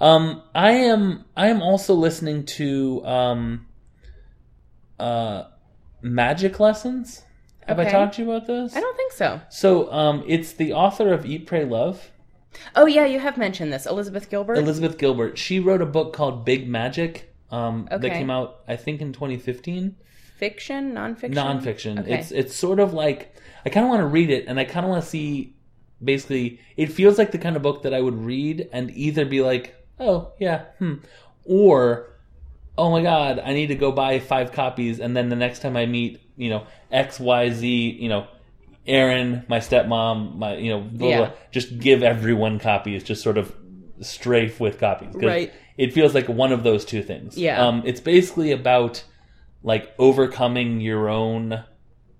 Speaker 2: Um, I am. I am also listening to um, uh, magic lessons. Have I
Speaker 3: Okay.
Speaker 2: talked to you about this?
Speaker 3: I don't think so.
Speaker 2: So, um, it's the author of Eat, Pray, Love,
Speaker 3: Oh, yeah, you have mentioned this. Elizabeth Gilbert?
Speaker 2: Elizabeth Gilbert. She wrote a book called Big Magic. Um, that
Speaker 3: Okay.
Speaker 2: came out, I think, in 2015.
Speaker 3: Fiction? Nonfiction?
Speaker 2: Nonfiction.
Speaker 3: Okay.
Speaker 2: It's it's sort of like I kind of want to read it, and I kind of want to see. Basically, it feels like the kind of book that I would read and either be like, "Oh yeah," hmm, or "Oh my god, I need to go buy five copies," and then the next time I meet, you know, X Y Z, you know, Aaron, my stepmom, my you know, blah, blah,
Speaker 3: Yeah.
Speaker 2: blah, just give everyone copies. Just sort of strafe with copies. 'Cause
Speaker 3: Right.
Speaker 2: It feels like one of those two things.
Speaker 3: Yeah.
Speaker 2: Um, it's basically about like overcoming your own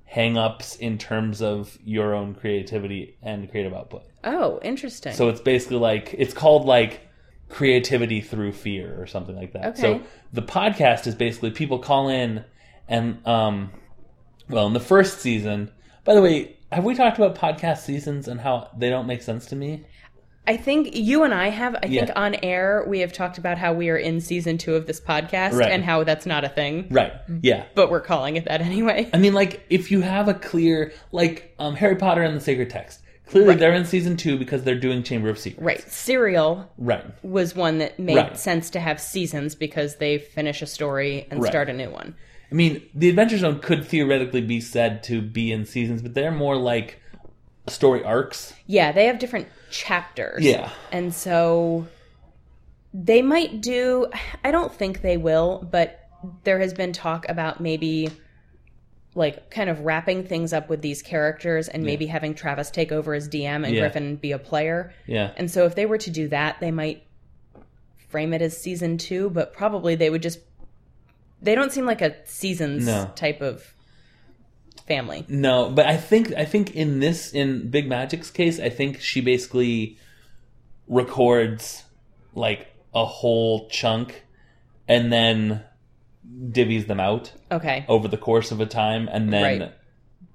Speaker 2: hang-ups in terms of your own creativity and creative output.
Speaker 3: Oh, interesting.
Speaker 2: So it's basically like it's called like creativity through fear or something like that. So
Speaker 3: Okay.
Speaker 2: the podcast is basically people call in and um well in the first season by the way, have we talked about podcast seasons and how they don't make sense to me?
Speaker 3: I think you and I have, I
Speaker 2: Yeah.
Speaker 3: think on air, we have talked about how we are in season two of this podcast
Speaker 2: Right.
Speaker 3: and how that's not a thing,
Speaker 2: Right. Yeah.
Speaker 3: but we're calling it that anyway.
Speaker 2: I mean, like, if you have a clear, like, um, Harry Potter and the Sacred Text. Clearly, they're in season two because they're doing Chamber of Secrets.
Speaker 3: right. Serial
Speaker 2: Right.
Speaker 3: was one that made
Speaker 2: Right.
Speaker 3: sense to have seasons because they finish a story and
Speaker 2: Right.
Speaker 3: start a new one.
Speaker 2: I mean, the Adventure Zone could theoretically be said to be in seasons, but they're more like story arcs.
Speaker 3: Yeah, they have different chapters.
Speaker 2: Yeah.
Speaker 3: And so they might do I don't think they will, but there has been talk about maybe like kind of wrapping things up with these characters and maybe having Travis take over as DM and
Speaker 2: Yeah.
Speaker 3: Griffin be a player.
Speaker 2: Yeah.
Speaker 3: And so if they were to do that, they might frame it as season 2, but probably they would just they don't seem like a seasons
Speaker 2: No.
Speaker 3: type of family.
Speaker 2: No, but I think I think in this in Big Magic's case, I think she basically records like a whole chunk and then divvies them out.
Speaker 3: Okay.
Speaker 2: over the course of a time and then
Speaker 3: Right.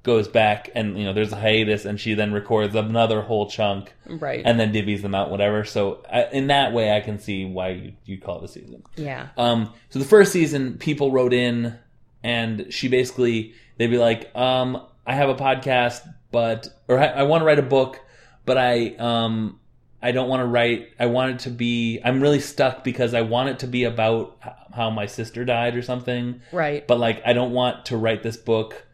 Speaker 2: goes back and you know there's a hiatus and she then records another whole chunk
Speaker 3: Right.
Speaker 2: and then divvies them out whatever so I, in that way i can see why you, you call it a season
Speaker 3: yeah.
Speaker 2: um, so the first season, people wrote in, and she basically they'd be like, um, "I have a podcast, but or I, I want to write a book, but I um, I don't want to write. I want it to be. I'm really stuck because I want it to be about h- how my sister died or something,
Speaker 3: Right.
Speaker 2: but like I don't want to write this book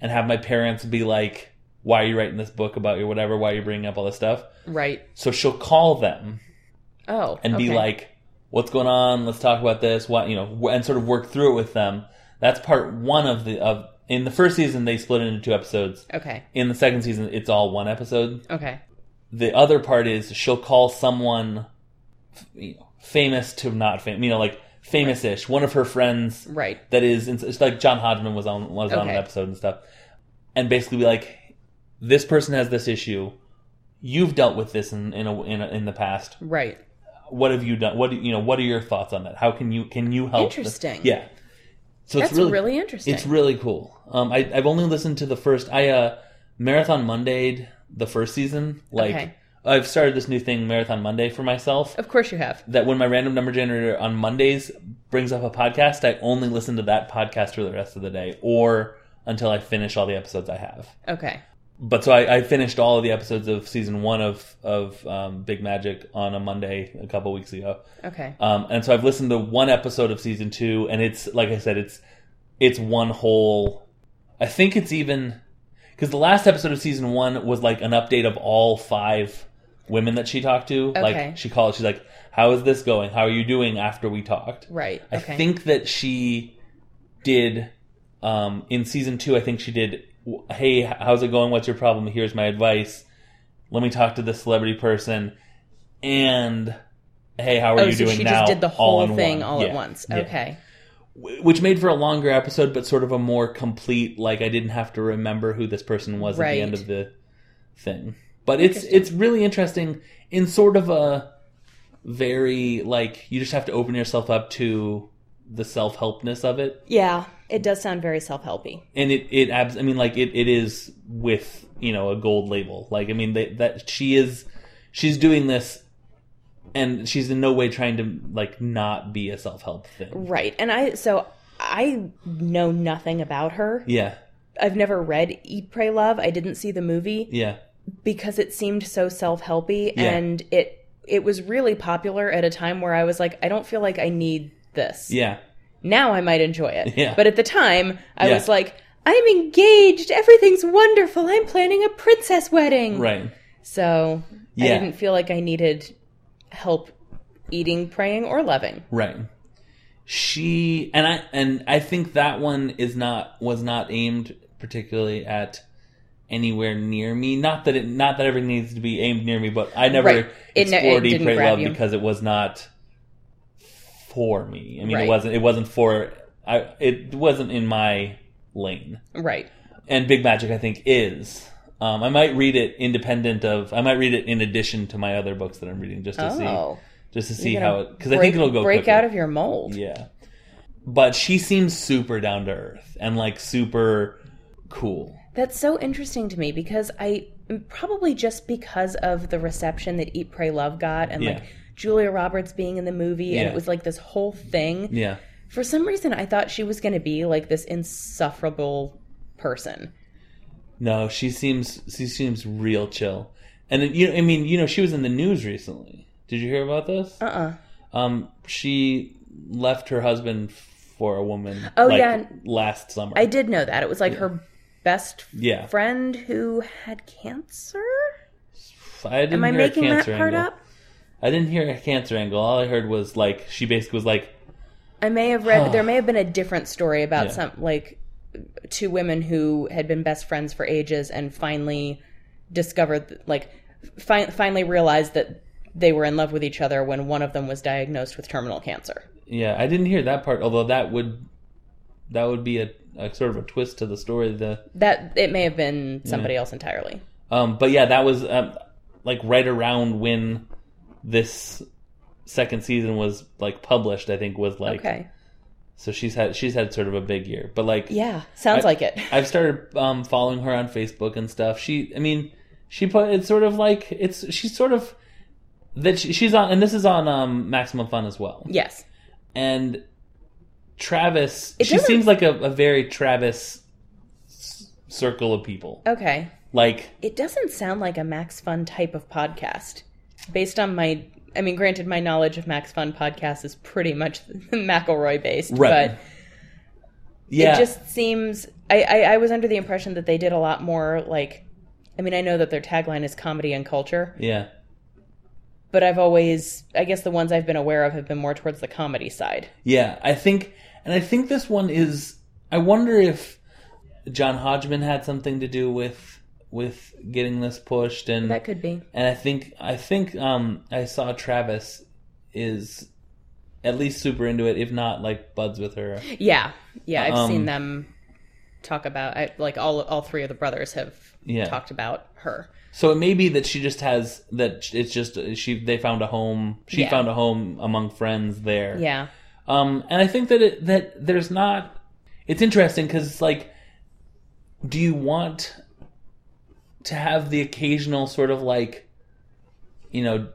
Speaker 2: and have my parents be like." Why are you writing this book about your whatever? Why are you bringing up all this stuff?
Speaker 3: Right.
Speaker 2: So she'll call them
Speaker 3: Oh.
Speaker 2: and be
Speaker 3: okay.
Speaker 2: like, "What's going on? Let's talk about this." What you know, and sort of work through it with them. That's part one of the of in the first season they split it into two episodes.
Speaker 3: Okay.
Speaker 2: In the second season, it's all one episode.
Speaker 3: Okay.
Speaker 2: The other part is she'll call someone, f- you know, famous to not famous, you know, like famous-ish, one of her friends
Speaker 3: Right.
Speaker 2: that is it's like John Hodgman was on was on an
Speaker 3: Okay.
Speaker 2: episode and stuff, and basically be like, "This person has this issue." You've dealt with this in in, a, in, a, in the past
Speaker 3: Right.
Speaker 2: what have you done? What do- you know? What are your thoughts on that? How can you can you help?
Speaker 3: Interesting.
Speaker 2: Yeah. So
Speaker 3: That's
Speaker 2: it's really,
Speaker 3: really, interesting.
Speaker 2: it's really cool. Um, I I've only listened to the first. I uh, marathon Monday the first season like
Speaker 3: Okay.
Speaker 2: I've started this new thing, Marathon Monday, for myself.
Speaker 3: Of course you have.
Speaker 2: That when my random number generator on Mondays brings up a podcast, I only listen to that podcast for the rest of the day, or until I finish all the episodes I have.
Speaker 3: Okay.
Speaker 2: But so I, I finished all of the episodes of season one of of um, Big Magic on a Monday a couple weeks ago,
Speaker 3: Okay.
Speaker 2: um, and so I've listened to one episode of season two, and it's like I said, it's it's one whole. I think it's even because the last episode of season one was like an update of all five women that she talked to.
Speaker 3: Okay.
Speaker 2: Like she called, she's like, "How is this going? How are you doing after we talked?"
Speaker 3: Right.
Speaker 2: I
Speaker 3: okay.
Speaker 2: think that she did um, in season two. I think she did. Hey, how's it going? What's your problem? Here's my advice. Let me talk to this celebrity person. And hey, how are
Speaker 3: oh,
Speaker 2: you
Speaker 3: so
Speaker 2: doing
Speaker 3: she
Speaker 2: now?
Speaker 3: just did the
Speaker 2: All
Speaker 3: whole
Speaker 2: in
Speaker 3: thing
Speaker 2: one.
Speaker 3: all at
Speaker 2: Yeah.
Speaker 3: once.
Speaker 2: Yeah.
Speaker 3: Okay.
Speaker 2: Wh- Which made for a longer episode, but sort of a more complete. Like I didn't have to remember who this person was at
Speaker 3: Right.
Speaker 2: the end of the thing. But it's it's really interesting in sort of a very like you just have to open yourself up to the self helpness of it
Speaker 3: Yeah, it does sound very self-helpy.
Speaker 2: and it it abs- I mean like it, it is with you know a gold label like I mean they, that she is she's doing this and she's in no way trying to like not be a self help thing
Speaker 3: Right. And I so I know nothing about her.
Speaker 2: yeah
Speaker 3: I've never read Eat Pray Love. I didn't see the movie
Speaker 2: yeah
Speaker 3: because it seemed so self-helpy
Speaker 2: Yeah.
Speaker 3: and it it was really popular at a time where I was like I don't feel like I need this.
Speaker 2: yeah
Speaker 3: Now I might enjoy it.
Speaker 2: Yeah.
Speaker 3: But at the time I
Speaker 2: Yeah.
Speaker 3: was like I'm engaged. Everything's wonderful. I'm planning a princess wedding.
Speaker 2: right
Speaker 3: So I
Speaker 2: Yeah.
Speaker 3: didn't feel like I needed help eating, praying, or loving.
Speaker 2: right she and I and I think that one is not was not aimed particularly at anywhere near me not that it not that everything needs to be aimed near me but I never
Speaker 3: Right. It ne- it
Speaker 2: explored Eat
Speaker 3: didn't
Speaker 2: Pray
Speaker 3: grab
Speaker 2: Love
Speaker 3: you.
Speaker 2: because it was not for me. I mean,
Speaker 3: Right.
Speaker 2: it wasn't. It wasn't for. I. It wasn't in my lane.
Speaker 3: Right.
Speaker 2: And Big Magic, I think, is. Um, I might read it independent of. I might read it in addition to my other books that I'm reading, just to see,
Speaker 3: Oh.
Speaker 2: just to see
Speaker 3: You're
Speaker 2: how
Speaker 3: gonna
Speaker 2: it. Because I think it'll go
Speaker 3: break
Speaker 2: quicker.
Speaker 3: out of your mold.
Speaker 2: Yeah. But she seems super down to earth and like super cool.
Speaker 3: That's so interesting to me because I probably just because of the reception that Eat, Pray, Love got and like
Speaker 2: Yeah.
Speaker 3: Julia Roberts being in the movie and
Speaker 2: Yeah.
Speaker 3: it was like this whole thing.
Speaker 2: Yeah.
Speaker 3: For some reason, I thought she was going to be like this insufferable person.
Speaker 2: No, she seems she seems real chill. And it- you know, I mean, you know, she was in the news recently. Did you hear about this?
Speaker 3: Uh uh
Speaker 2: Um, she left her husband for a woman.
Speaker 3: Oh,
Speaker 2: like,
Speaker 3: yeah.
Speaker 2: last summer.
Speaker 3: I did know that. It was like her best
Speaker 2: yeah,
Speaker 3: friend who had cancer.
Speaker 2: I didn't
Speaker 3: Am I
Speaker 2: hear
Speaker 3: making
Speaker 2: a
Speaker 3: that
Speaker 2: cancer
Speaker 3: part
Speaker 2: angle.
Speaker 3: up?
Speaker 2: I didn't hear a cancer angle. All I heard was like she basically was like,
Speaker 3: I may have read there may have been a different story about
Speaker 2: Yeah.
Speaker 3: some like two women who had been best friends for ages and finally discovered like fi- finally realized that they were in love with each other when one of them was diagnosed with terminal cancer.
Speaker 2: yeah, I didn't hear that part. Although that would that would be a, a sort of a twist to the story. The
Speaker 3: That it may have been somebody else entirely.
Speaker 2: Um, but yeah, that was um, like right around when this second season was like published. I think was like
Speaker 3: okay.
Speaker 2: so she's had she's had sort of a big year, but like
Speaker 3: Yeah, sounds
Speaker 2: I-
Speaker 3: like it.
Speaker 2: I've started um, following her on Facebook and stuff. She, I mean, she put it's sort of like it's she's sort of that she, she's on and this is on um, Maximum Fun as well.
Speaker 3: Yes.
Speaker 2: And Travis,
Speaker 3: It
Speaker 2: she
Speaker 3: doesn't-
Speaker 2: seems like a, a very Travis s- circle of people.
Speaker 3: Okay.
Speaker 2: Like
Speaker 3: It doesn't sound like a Max Fun type of podcast. Based on my, I mean, granted, my knowledge of Max Fun podcasts is pretty much McElroy based,
Speaker 2: Right.
Speaker 3: but
Speaker 2: yeah,
Speaker 3: it just seems. I, I, I was under the impression that they did a lot more like. I mean, I know that their tagline is comedy and culture,
Speaker 2: yeah.
Speaker 3: but I've always, I guess, the ones I've been aware of have been more towards the comedy side.
Speaker 2: Yeah, I think, and I think this one is. I wonder if John Hodgman had something to do with with getting this pushed, and
Speaker 3: That could be.
Speaker 2: and I think I think um I saw Travis is at least super into it, if not like buds with her.
Speaker 3: Yeah, yeah, I've
Speaker 2: Um,
Speaker 3: seen them talk about. I, like all, all three of the brothers have
Speaker 2: Yeah.
Speaker 3: talked about her.
Speaker 2: So it may be that she just has that it's just she they found a home. She
Speaker 3: Yeah.
Speaker 2: found a home among friends there.
Speaker 3: Yeah,
Speaker 2: Um, and I think that it, that there's not. It's interesting because it's like, do you want to have the occasional sort of like you know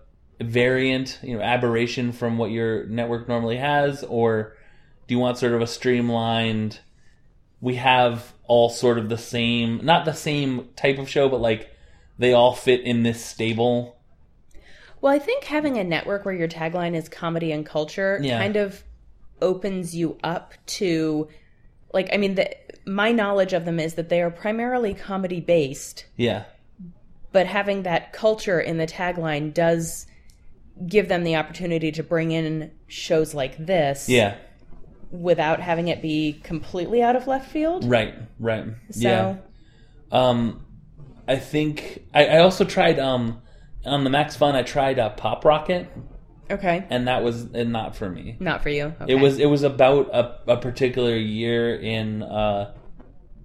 Speaker 2: variant you know aberration from what your network normally has or do you want sort of a streamlined we have all sort of the same not the same type of show but like they all fit in this stable
Speaker 3: Well, I think having a network where your tagline is comedy and culture
Speaker 2: Yeah.
Speaker 3: kind of opens you up to, like, I mean, the, my knowledge of them is that they are primarily comedy based,
Speaker 2: yeah
Speaker 3: but having that culture in the tagline does give them the opportunity to bring in shows like this
Speaker 2: yeah
Speaker 3: without having it be completely out of left field.
Speaker 2: right right
Speaker 3: So,
Speaker 2: yeah um i think I, I also tried um on the max fun i tried uh, pop rocket
Speaker 3: okay.
Speaker 2: and that was and not for me
Speaker 3: Not for you. Okay.
Speaker 2: it was it was about a, a particular year in uh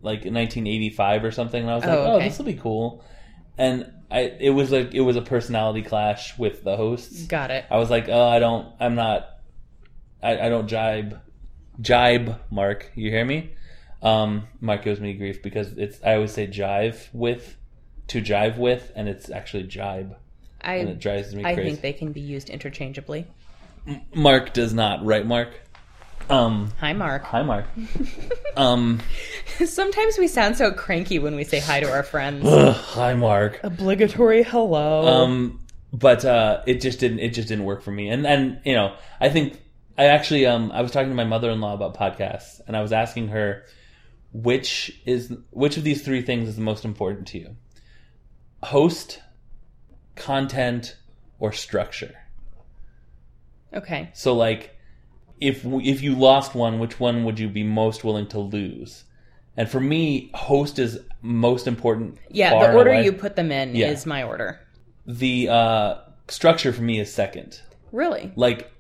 Speaker 2: like 1985 or something and i was like
Speaker 3: Oh,
Speaker 2: oh
Speaker 3: okay.
Speaker 2: this will be cool and i it was like it was a personality clash with the hosts
Speaker 3: Got it.
Speaker 2: i was like oh i don't i'm not i, I don't jibe jibe mark you hear me um mark gives me grief because it's i always say jive with to jive with and it's actually jibe and
Speaker 3: I
Speaker 2: it drives me
Speaker 3: I
Speaker 2: crazy
Speaker 3: think they can be used interchangeably.
Speaker 2: mark does not right mark um
Speaker 3: Hi, Mark.
Speaker 2: Hi, Mark. um,
Speaker 3: Sometimes we sound so cranky when we say hi to our friends.
Speaker 2: ugh, hi, Mark.
Speaker 3: Obligatory hello.
Speaker 2: Um, but uh, it just didn't. It just didn't work for me. And and you know, I think I actually um I was talking to my mother in law about podcasts, and I was asking her which is which of these three things is the most important to you: host, content, or structure.
Speaker 3: okay.
Speaker 2: So like, if w- if you lost one, which one would you be most willing to lose? And for me, host is most important.
Speaker 3: Yeah,
Speaker 2: far
Speaker 3: the
Speaker 2: and
Speaker 3: order
Speaker 2: away.
Speaker 3: you put them in
Speaker 2: Yeah.
Speaker 3: is my order.
Speaker 2: the uh, structure for me is second.
Speaker 3: Really?
Speaker 2: Like,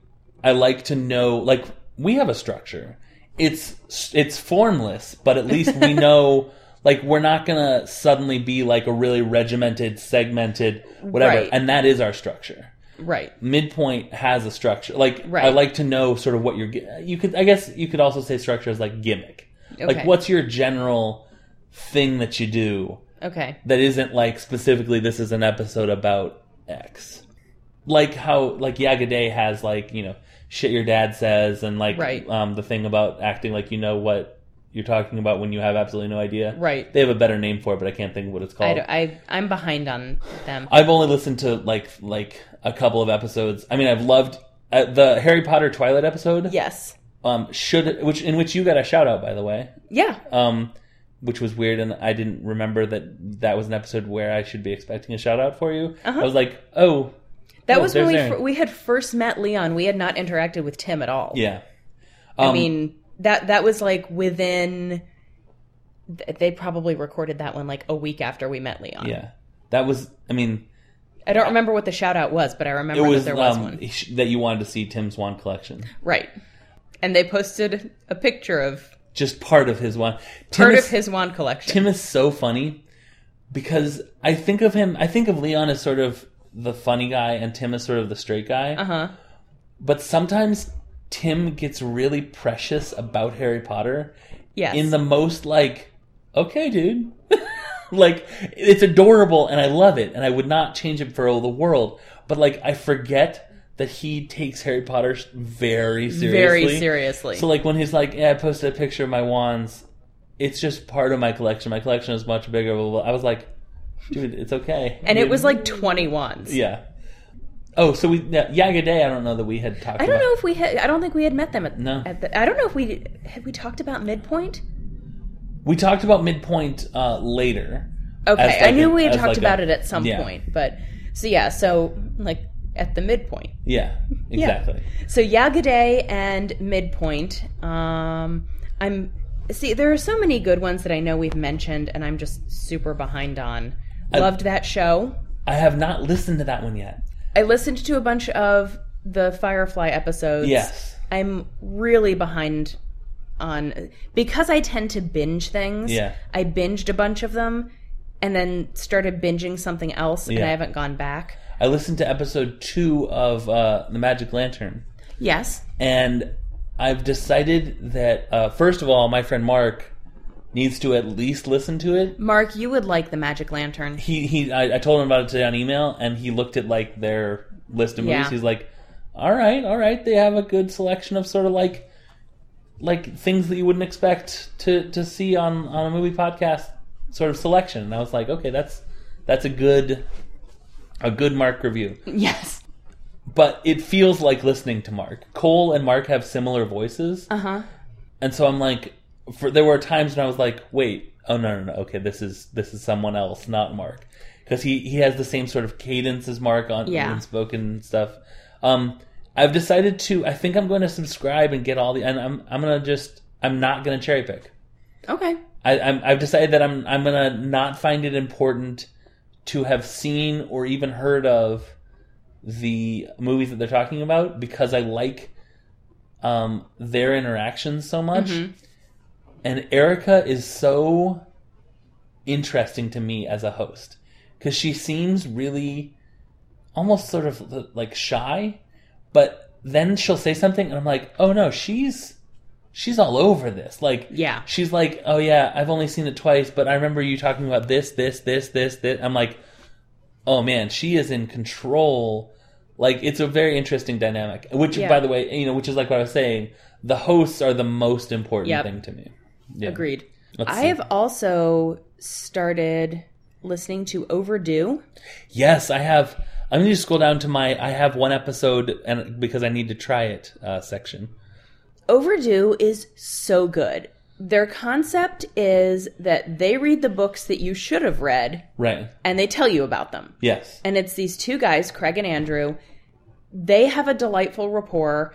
Speaker 2: I like to know. Like, we have a structure. It's it's formless, but at least we know. Like, we're not gonna suddenly be like a really regimented, segmented, whatever.
Speaker 3: Right.
Speaker 2: And that is our structure.
Speaker 3: Right.
Speaker 2: midpoint has a structure. Like
Speaker 3: Right.
Speaker 2: I like to know sort of what your gi- you could. I guess you could also say structure is like gimmick.
Speaker 3: Okay.
Speaker 2: Like what's your general thing that you do
Speaker 3: Okay.
Speaker 2: that isn't like specifically this is an episode about X. Like how like Yagaday has like you know shit your dad says and like
Speaker 3: Right.
Speaker 2: um, the thing about acting like you know what you're talking about when you have absolutely no idea.
Speaker 3: Right.
Speaker 2: They have a better name for it, but I can't think of what it's called.
Speaker 3: I, don't- I I'm behind on them.
Speaker 2: I've only listened to like like a couple of episodes. I mean, I've loved uh, the Harry Potter Twilight episode.
Speaker 3: yes.
Speaker 2: Um, should which in which you got a shout out by the way.
Speaker 3: Yeah.
Speaker 2: Um, which was weird, and I didn't remember that that was an episode where I should be expecting a shout out for you.
Speaker 3: Uh-huh.
Speaker 2: I was like, oh
Speaker 3: That
Speaker 2: oh,
Speaker 3: was when
Speaker 2: there's
Speaker 3: we
Speaker 2: Aaron.
Speaker 3: fir- we had first met Leon. We had not interacted with Tim at all.
Speaker 2: yeah.
Speaker 3: I
Speaker 2: Um,
Speaker 3: mean that that was like within. th- They probably recorded that one like a week after we met Leon.
Speaker 2: yeah, that was. I mean,
Speaker 3: I don't remember what the shout out was, but I
Speaker 2: it
Speaker 3: remember
Speaker 2: was,
Speaker 3: that there was
Speaker 2: um,
Speaker 3: one.
Speaker 2: that you wanted to see Tim's wand collection,
Speaker 3: Right. And they posted a picture of
Speaker 2: just part of his wand. Tim
Speaker 3: part
Speaker 2: is-
Speaker 3: of his wand collection.
Speaker 2: Tim is so funny because I think of him. I think of Leon as sort of the funny guy, and Tim is sort of the straight guy.
Speaker 3: uh huh.
Speaker 2: But sometimes Tim gets really precious about Harry Potter
Speaker 3: Yes.
Speaker 2: in the most like, okay, dude. like it's adorable, and I love it, and I would not change it for all the world. But like, I forget that he takes Harry Potter very seriously.
Speaker 3: very seriously.
Speaker 2: So like when he's like, yeah, I posted a picture of my wands. It's just part of my collection. My collection is much bigger. Blah, blah, blah. I was like, dude, it's okay.
Speaker 3: and it
Speaker 2: Dude.
Speaker 3: was like 20 wands.
Speaker 2: yeah. Oh, so we yeah, Yaga Day. I don't know that we had talked.
Speaker 3: I don't
Speaker 2: about.
Speaker 3: know if we had I don't think we had met them at,
Speaker 2: No.
Speaker 3: at the I don't know if we had we talked about midpoint.
Speaker 2: We talked about midpoint uh, later.
Speaker 3: Okay.
Speaker 2: As
Speaker 3: I
Speaker 2: like
Speaker 3: knew
Speaker 2: a-
Speaker 3: we had
Speaker 2: as
Speaker 3: talked
Speaker 2: like a-
Speaker 3: about it at some
Speaker 2: yeah.
Speaker 3: point, but so yeah, so like at the midpoint.
Speaker 2: Yeah, exactly.
Speaker 3: So Yagaday and midpoint. Um I'm see there are so many good ones that I know we've mentioned and I'm just super behind on. Loved that show.
Speaker 2: I have not listened to that one yet.
Speaker 3: I listened to a bunch of the Firefly episodes.
Speaker 2: Yes.
Speaker 3: I'm really behind on because I tend to binge things.
Speaker 2: Yeah.
Speaker 3: I binged a bunch of them and then started binging something else and
Speaker 2: Yeah.
Speaker 3: I haven't gone back.
Speaker 2: I listened to episode two of uh, the Magic Lantern.
Speaker 3: Yes.
Speaker 2: and I've decided that uh, first of all, my friend Mark needs to at least listen to it.
Speaker 3: Mark, you would like the Magic Lantern.
Speaker 2: He he. I, I told him about it today on email, and he looked at like their list of movies.
Speaker 3: Yeah.
Speaker 2: He's like, "All right, all right. They have a good selection of sort of like like things that you wouldn't expect to to see on on a movie podcast sort of selection." And I was like, "Okay, that's that's a good a good Mark review."
Speaker 3: Yes.
Speaker 2: But it feels like listening to Mark. Cole and Mark have similar voices.
Speaker 3: Uh huh.
Speaker 2: and so I'm like, for there were times when I was like, wait, oh no, no, no, okay, this is this is someone else, not Mark, because he he has the same sort of cadence as Mark on
Speaker 3: Yeah.
Speaker 2: yeah. spoken stuff. Um, I've decided to. I think I'm going to subscribe and get all the, and I'm I'm gonna just I'm not gonna cherry pick.
Speaker 3: Okay.
Speaker 2: I, I'm, I've decided that I'm I'm gonna not find it important to have seen or even heard of the movies that they're talking about because I like um, their interactions so much. And Erica is so interesting to me as a host because she seems really almost sort of like shy, but then she'll say something and I'm like, oh no, she's she's all over this. Like
Speaker 3: Yeah.
Speaker 2: she's like, "Oh yeah, I've only seen it twice, but I remember you talking about this, this, this, this, this." I'm like, "Oh man, she is in control." Like it's a very interesting dynamic, which
Speaker 3: Yeah.
Speaker 2: by the way, you know, which is like what I was saying, the hosts are the most important
Speaker 3: Yep.
Speaker 2: thing to me. Yeah.
Speaker 3: Agreed.
Speaker 2: Let's
Speaker 3: I
Speaker 2: see.
Speaker 3: have also started listening to Overdue.
Speaker 2: Yes, I have I'm going to scroll down to my I have one episode and because I need to try it uh, section.
Speaker 3: Overdue is so good. Their concept is that they read the books that you should have read
Speaker 2: Right.
Speaker 3: and they tell you about them.
Speaker 2: Yes.
Speaker 3: and it's these two guys, Craig and Andrew. They have a delightful rapport.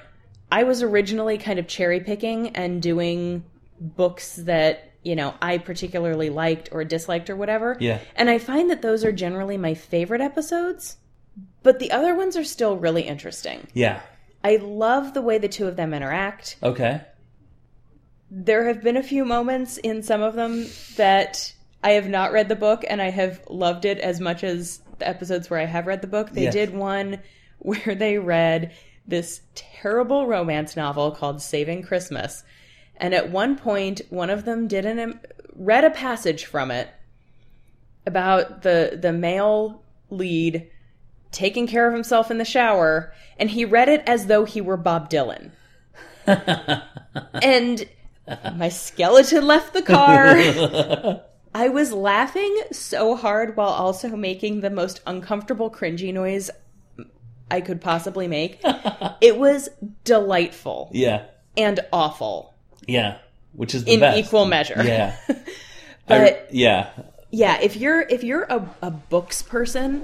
Speaker 3: I was originally kind of cherry picking and doing books that, you know, I particularly liked or disliked or whatever.
Speaker 2: Yeah.
Speaker 3: And I find that those are generally my favorite episodes, but the other ones are still really interesting.
Speaker 2: Yeah.
Speaker 3: I love the way the two of them interact
Speaker 2: Okay.
Speaker 3: there have been a few moments in some of them that I have not read the book and I have loved it as much as the episodes where I have read the book. They
Speaker 2: Yes.
Speaker 3: did one where they read this terrible romance novel called Saving Christmas. And at one point, one of them did an read a passage from it about the the male lead taking care of himself in the shower, and he read it as though he were Bob Dylan. and my skeleton left the car. I was laughing so hard while also making the most uncomfortable cringy noise I could possibly make. it was delightful
Speaker 2: Yeah.
Speaker 3: and awful
Speaker 2: Yeah. Which is the
Speaker 3: in
Speaker 2: best.
Speaker 3: equal measure.
Speaker 2: Yeah. I-
Speaker 3: But-
Speaker 2: yeah.
Speaker 3: Yeah, if you're if you're a, a books person,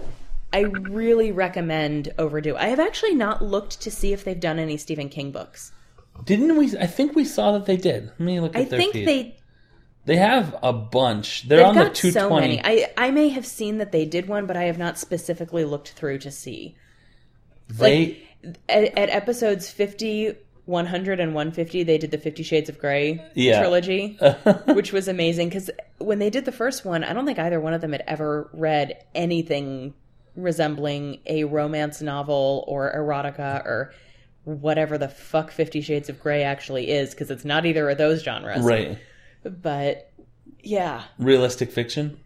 Speaker 3: I really recommend Overdue. I have actually not looked to see if they've done any Stephen King books.
Speaker 2: Didn't we? I think we saw that they did. Let me look at
Speaker 3: I
Speaker 2: their
Speaker 3: think
Speaker 2: feed.
Speaker 3: they
Speaker 2: They have a bunch. They're
Speaker 3: they've
Speaker 2: on the
Speaker 3: got so
Speaker 2: 220.
Speaker 3: many. I I may have seen that they did one, but I have not specifically looked through to see.
Speaker 2: they
Speaker 3: At, at episodes 50, 100 and 150, they did the 50 Shades of Grey
Speaker 2: Yeah.
Speaker 3: trilogy, which was amazing cuz when they did the first one, I don't think either one of them had ever read anything resembling a romance novel or erotica or whatever the fuck 50 Shades of Grey actually is cuz it's not either of those genres.
Speaker 2: right
Speaker 3: But yeah.
Speaker 2: realistic fiction.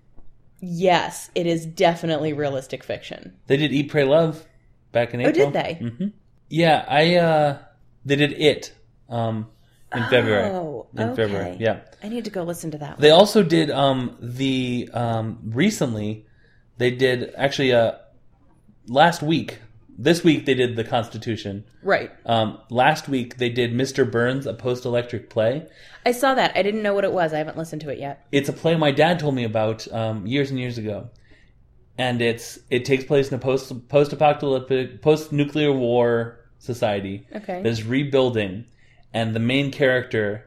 Speaker 3: Yes, it is definitely realistic fiction.
Speaker 2: They did Eat Pray Love back in
Speaker 3: Oh,
Speaker 2: April. Mm-hmm.
Speaker 3: did they?
Speaker 2: Yeah, I uh they did it um in February.
Speaker 3: Oh,
Speaker 2: in February.
Speaker 3: okay.
Speaker 2: Yeah.
Speaker 3: I need to go listen to that.
Speaker 2: They also did um the um recently they did actually uh last week this week they did the Constitution.
Speaker 3: one. Right.
Speaker 2: Um last week they did Mr. Burns a post electric play.
Speaker 3: I saw that. I didn't know what it was. I haven't listened to it yet.
Speaker 2: it's a play my dad told me about um, years and years ago, and it's it takes place in a post post apocalyptic post nuclear war society
Speaker 3: Okay.
Speaker 2: that is rebuilding, and the main character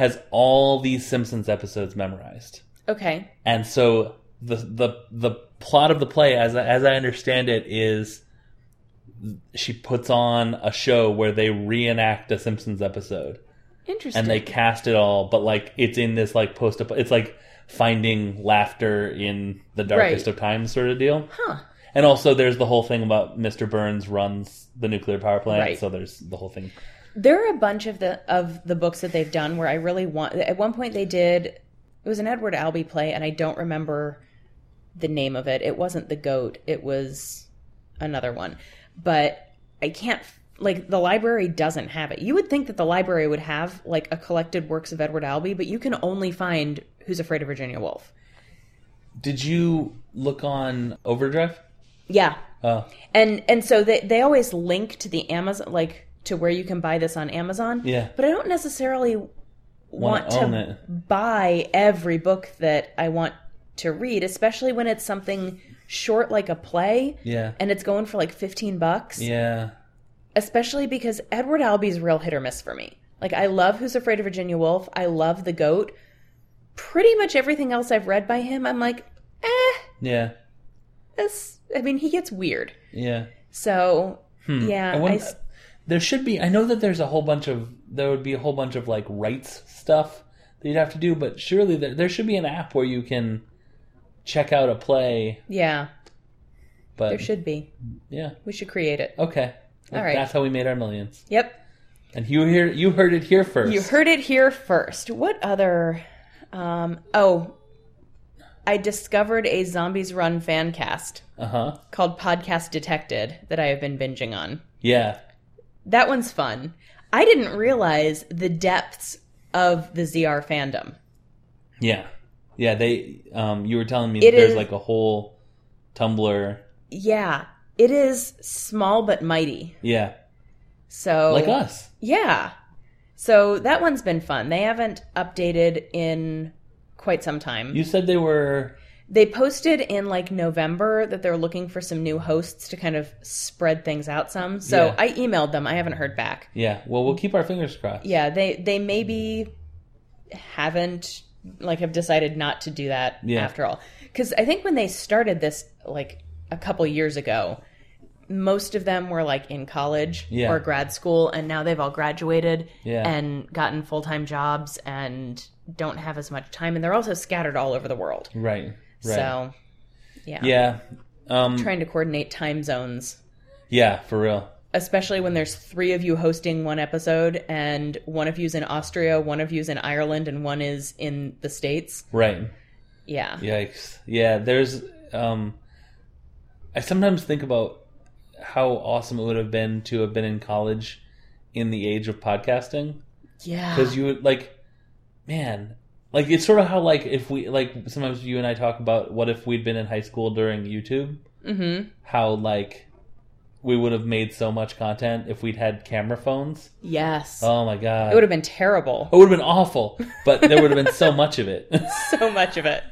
Speaker 2: has all these Simpsons episodes memorized,
Speaker 3: Okay.
Speaker 2: and so the the the plot of the play, as I- as I understand it, is she puts on a show where they reenact a Simpsons episode
Speaker 3: Interesting.
Speaker 2: and they cast it all, but like it's in this like post up. It's like finding laughter in the darkest
Speaker 3: Right.
Speaker 2: of times sort of deal.
Speaker 3: Huh.
Speaker 2: And also, there's the whole thing about Mr. Burns runs the nuclear power plant,
Speaker 3: Right.
Speaker 2: so there's the whole thing.
Speaker 3: There are a bunch of the of the books that they've done where I really want. At one point, they did it was an Edward Albee play, and I don't remember the name of it. It wasn't The Goat. It was another one, but I can't like the library doesn't have it. You would think that the library would have like a collected works of Edward Albee, but you can only find Who's Afraid of Virginia Woolf.
Speaker 2: Did you look on Overdrive?
Speaker 3: Yeah,
Speaker 2: Oh,
Speaker 3: and and so they they always link to the Amazon like to where you can buy this on Amazon.
Speaker 2: Yeah.
Speaker 3: But I don't necessarily want
Speaker 2: own
Speaker 3: to buy every book that I want to read, especially when it's something short like a play
Speaker 2: yeah,
Speaker 3: and it's going for like 15 bucks.
Speaker 2: yeah.
Speaker 3: Especially because Edward Albee's real hit or miss for me. Like I love Who's Afraid of Virginia Woolf, I love The Goat. Pretty much everything else I've read by him, I'm like, "Eh,
Speaker 2: Yeah,
Speaker 3: this I mean, he gets weird."
Speaker 2: yeah.
Speaker 3: So, yeah,
Speaker 2: Hmm. I wonder-
Speaker 3: I s-
Speaker 2: there should be. I know that there's a whole bunch of there would be a whole bunch of like rights stuff that you'd have to do, but surely there there should be an app where you can check out a play.
Speaker 3: Yeah,
Speaker 2: But
Speaker 3: there should be.
Speaker 2: yeah,
Speaker 3: We should create it.
Speaker 2: okay,
Speaker 3: All right.
Speaker 2: That's how we made our millions.
Speaker 3: Yep.
Speaker 2: And you hear you heard it here first.
Speaker 3: You heard it here first. What other um oh I discovered a Zombies Run fan cast
Speaker 2: Uh huh.
Speaker 3: called Podcast Detected that I have been binging on.
Speaker 2: Yeah.
Speaker 3: That one's fun. I didn't realize the depths of the ZR fandom.
Speaker 2: Yeah. Yeah, they um you were telling me
Speaker 3: It
Speaker 2: that there's
Speaker 3: is-
Speaker 2: like a whole Tumblr.
Speaker 3: Yeah, it is small but mighty.
Speaker 2: Yeah.
Speaker 3: So
Speaker 2: Like us.
Speaker 3: Yeah. So that one's been fun. They haven't updated in quite some time.
Speaker 2: You said they were
Speaker 3: they posted in like November that they're looking for some new hosts to kind of spread things out some. So
Speaker 2: Yeah.
Speaker 3: I emailed them. I haven't heard back.
Speaker 2: Yeah. Well, we'll keep our fingers crossed.
Speaker 3: Yeah, they they maybe haven't like have decided not to do that
Speaker 2: Yeah.
Speaker 3: after all. Cuz I think when they started this like a couple years ago, most of them were like in college
Speaker 2: Yeah.
Speaker 3: or grad school and now they've all graduated
Speaker 2: Yeah.
Speaker 3: and gotten full-time jobs and don't have as much time and they're also scattered all over the world.
Speaker 2: Right. Right.
Speaker 3: So yeah.
Speaker 2: yeah. Um
Speaker 3: trying to coordinate time zones,
Speaker 2: yeah, for real.
Speaker 3: especially when there's three of you hosting one episode and one of you's in Austria, one of you's in Ireland, and one is in the States.
Speaker 2: Right.
Speaker 3: Yeah.
Speaker 2: Yikes. Yeah, there's um I sometimes think about how awesome it would have been to have been in college in the age of podcasting.
Speaker 3: Yeah.
Speaker 2: because you would like man like it's sort of how like if we like sometimes you and i talk about what if we'd been in high school during youtube
Speaker 3: Mm-hmm.
Speaker 2: how like we would have made so much content if we'd had camera phones
Speaker 3: Yes.
Speaker 2: oh my god
Speaker 3: it would have been terrible.
Speaker 2: it would have been awful but there would have been so much of it
Speaker 3: So much of it.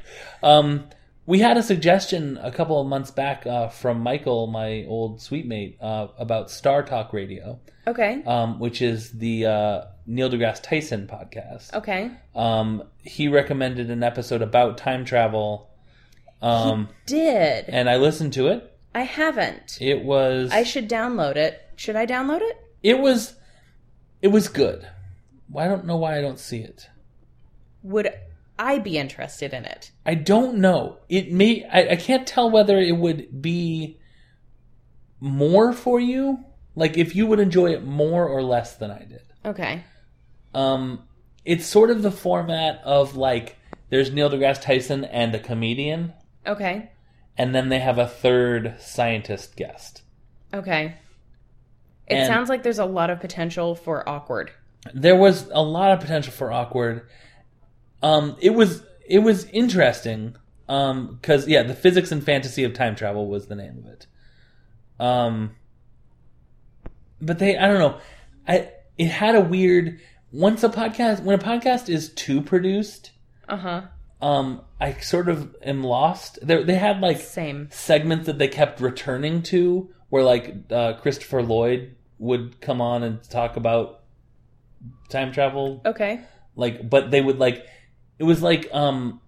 Speaker 2: um we had a suggestion a couple of months back uh, from michael my old sweet mate uh, about star talk radio
Speaker 3: Okay.
Speaker 2: um, which is the uh, neil degrasse tyson podcast
Speaker 3: Okay.
Speaker 2: um, he recommended an episode about time travel. Um,
Speaker 3: Did.
Speaker 2: and I listened to it.
Speaker 3: I haven't.
Speaker 2: It was
Speaker 3: I should download it. Should I download it?
Speaker 2: it was it was good. Well, I don't know why I don't see it.
Speaker 3: Would I be interested in it?
Speaker 2: I don't know. It may I, I can't tell whether it would be more for you, like if you would enjoy it more or less than I did.
Speaker 3: Okay.
Speaker 2: Um, it's sort of the format of like there's Neil deGrasse Tyson and a comedian,
Speaker 3: Okay.
Speaker 2: and then they have a third scientist guest.
Speaker 3: Okay. It
Speaker 2: And-
Speaker 3: sounds like there's a lot of potential for awkward.
Speaker 2: there was a lot of potential for awkward. Um, it was it was interesting because yeah, the physics and fantasy of time travel was the name of it. Um, but they I don't know, I it had a weird once a podcast when a podcast is too produced,
Speaker 3: Uh huh.
Speaker 2: um, I sort of am lost. They they had like
Speaker 3: Same.
Speaker 2: segments that they kept returning to where like uh, Christopher Lloyd would come on and talk about time travel
Speaker 3: Okay.
Speaker 2: like but they would like it was like um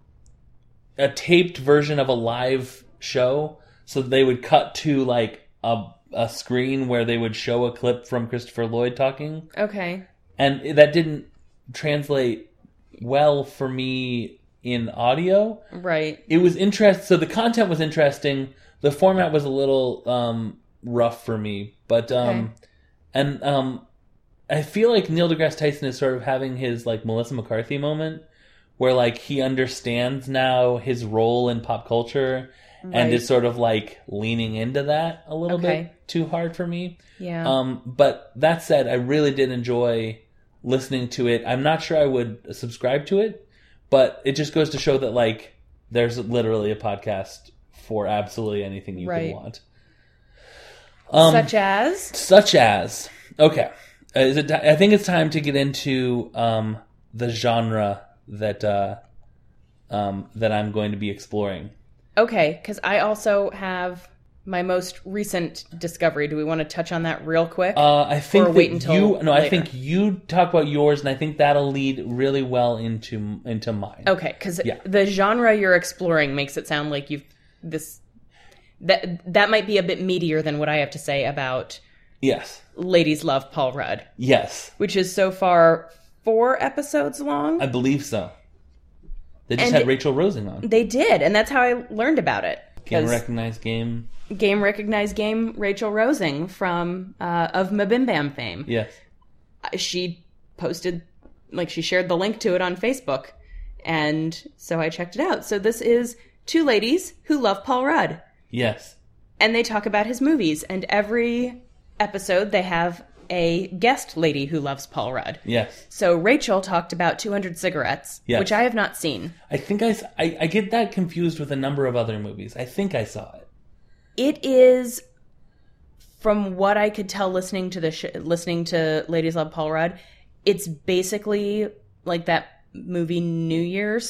Speaker 2: a taped version of a live show so they would cut to like a a screen where they would show a clip from Christopher Lloyd talking
Speaker 3: Okay.
Speaker 2: and it- that didn't translate well for me in audio
Speaker 3: Right.
Speaker 2: it was interest so the content was interesting the format was a little um rough for me but um
Speaker 3: Okay.
Speaker 2: and um I feel like Neil deGrasse Tyson is sort of having his like Melissa McCarthy moment where like he understands now his role in pop culture and
Speaker 3: Right.
Speaker 2: is sort of like leaning into that a little
Speaker 3: Okay.
Speaker 2: bit too hard for me.
Speaker 3: Yeah.
Speaker 2: Um, but that said, I really did enjoy listening to it. I'm not sure I would subscribe to it, but it just goes to show that like there's literally a podcast for absolutely anything you
Speaker 3: Right.
Speaker 2: could want. Um,
Speaker 3: Such as
Speaker 2: such as okay Uh, is it i think it's time to get into um the genre that uh um that i'm going to be exploring
Speaker 3: okay, because I also have my most recent discovery. Do we want to touch on that real quick?
Speaker 2: uh i think
Speaker 3: Or wait
Speaker 2: that
Speaker 3: until
Speaker 2: you no i
Speaker 3: later.
Speaker 2: think you talk about yours and i think that'll lead really well into into mine
Speaker 3: Okay, because
Speaker 2: Yeah.
Speaker 3: the genre you're exploring makes it sound like you've this that that might be a bit meatier than what I have to say about
Speaker 2: yes
Speaker 3: Ladies Love Paul Rudd,
Speaker 2: yes
Speaker 3: which is so far four episodes long.
Speaker 2: i believe so they just
Speaker 3: And-
Speaker 2: had rachel rosen on
Speaker 3: they did, and that's how I learned about it.
Speaker 2: game
Speaker 3: 'Cause
Speaker 2: recognized game
Speaker 3: game recognized game Rachel Rosing from uh, of Mabim Bam fame.
Speaker 2: yes
Speaker 3: She posted like she shared the link to it on Facebook, and so I checked it out. So this is two ladies who love Paul Rudd.
Speaker 2: yes
Speaker 3: and they talk about his movies. And every episode, they have a guest lady who loves Paul Rudd.
Speaker 2: yes
Speaker 3: So Rachel talked about 200 cigarettes,
Speaker 2: Yes.
Speaker 3: which I have not seen.
Speaker 2: i think I, s- I I get that confused with a number of other movies i think i saw it
Speaker 3: It is, from what I could tell, listening to the sh- listening to Ladies Love Paul Rudd, it's basically like that movie New Year's,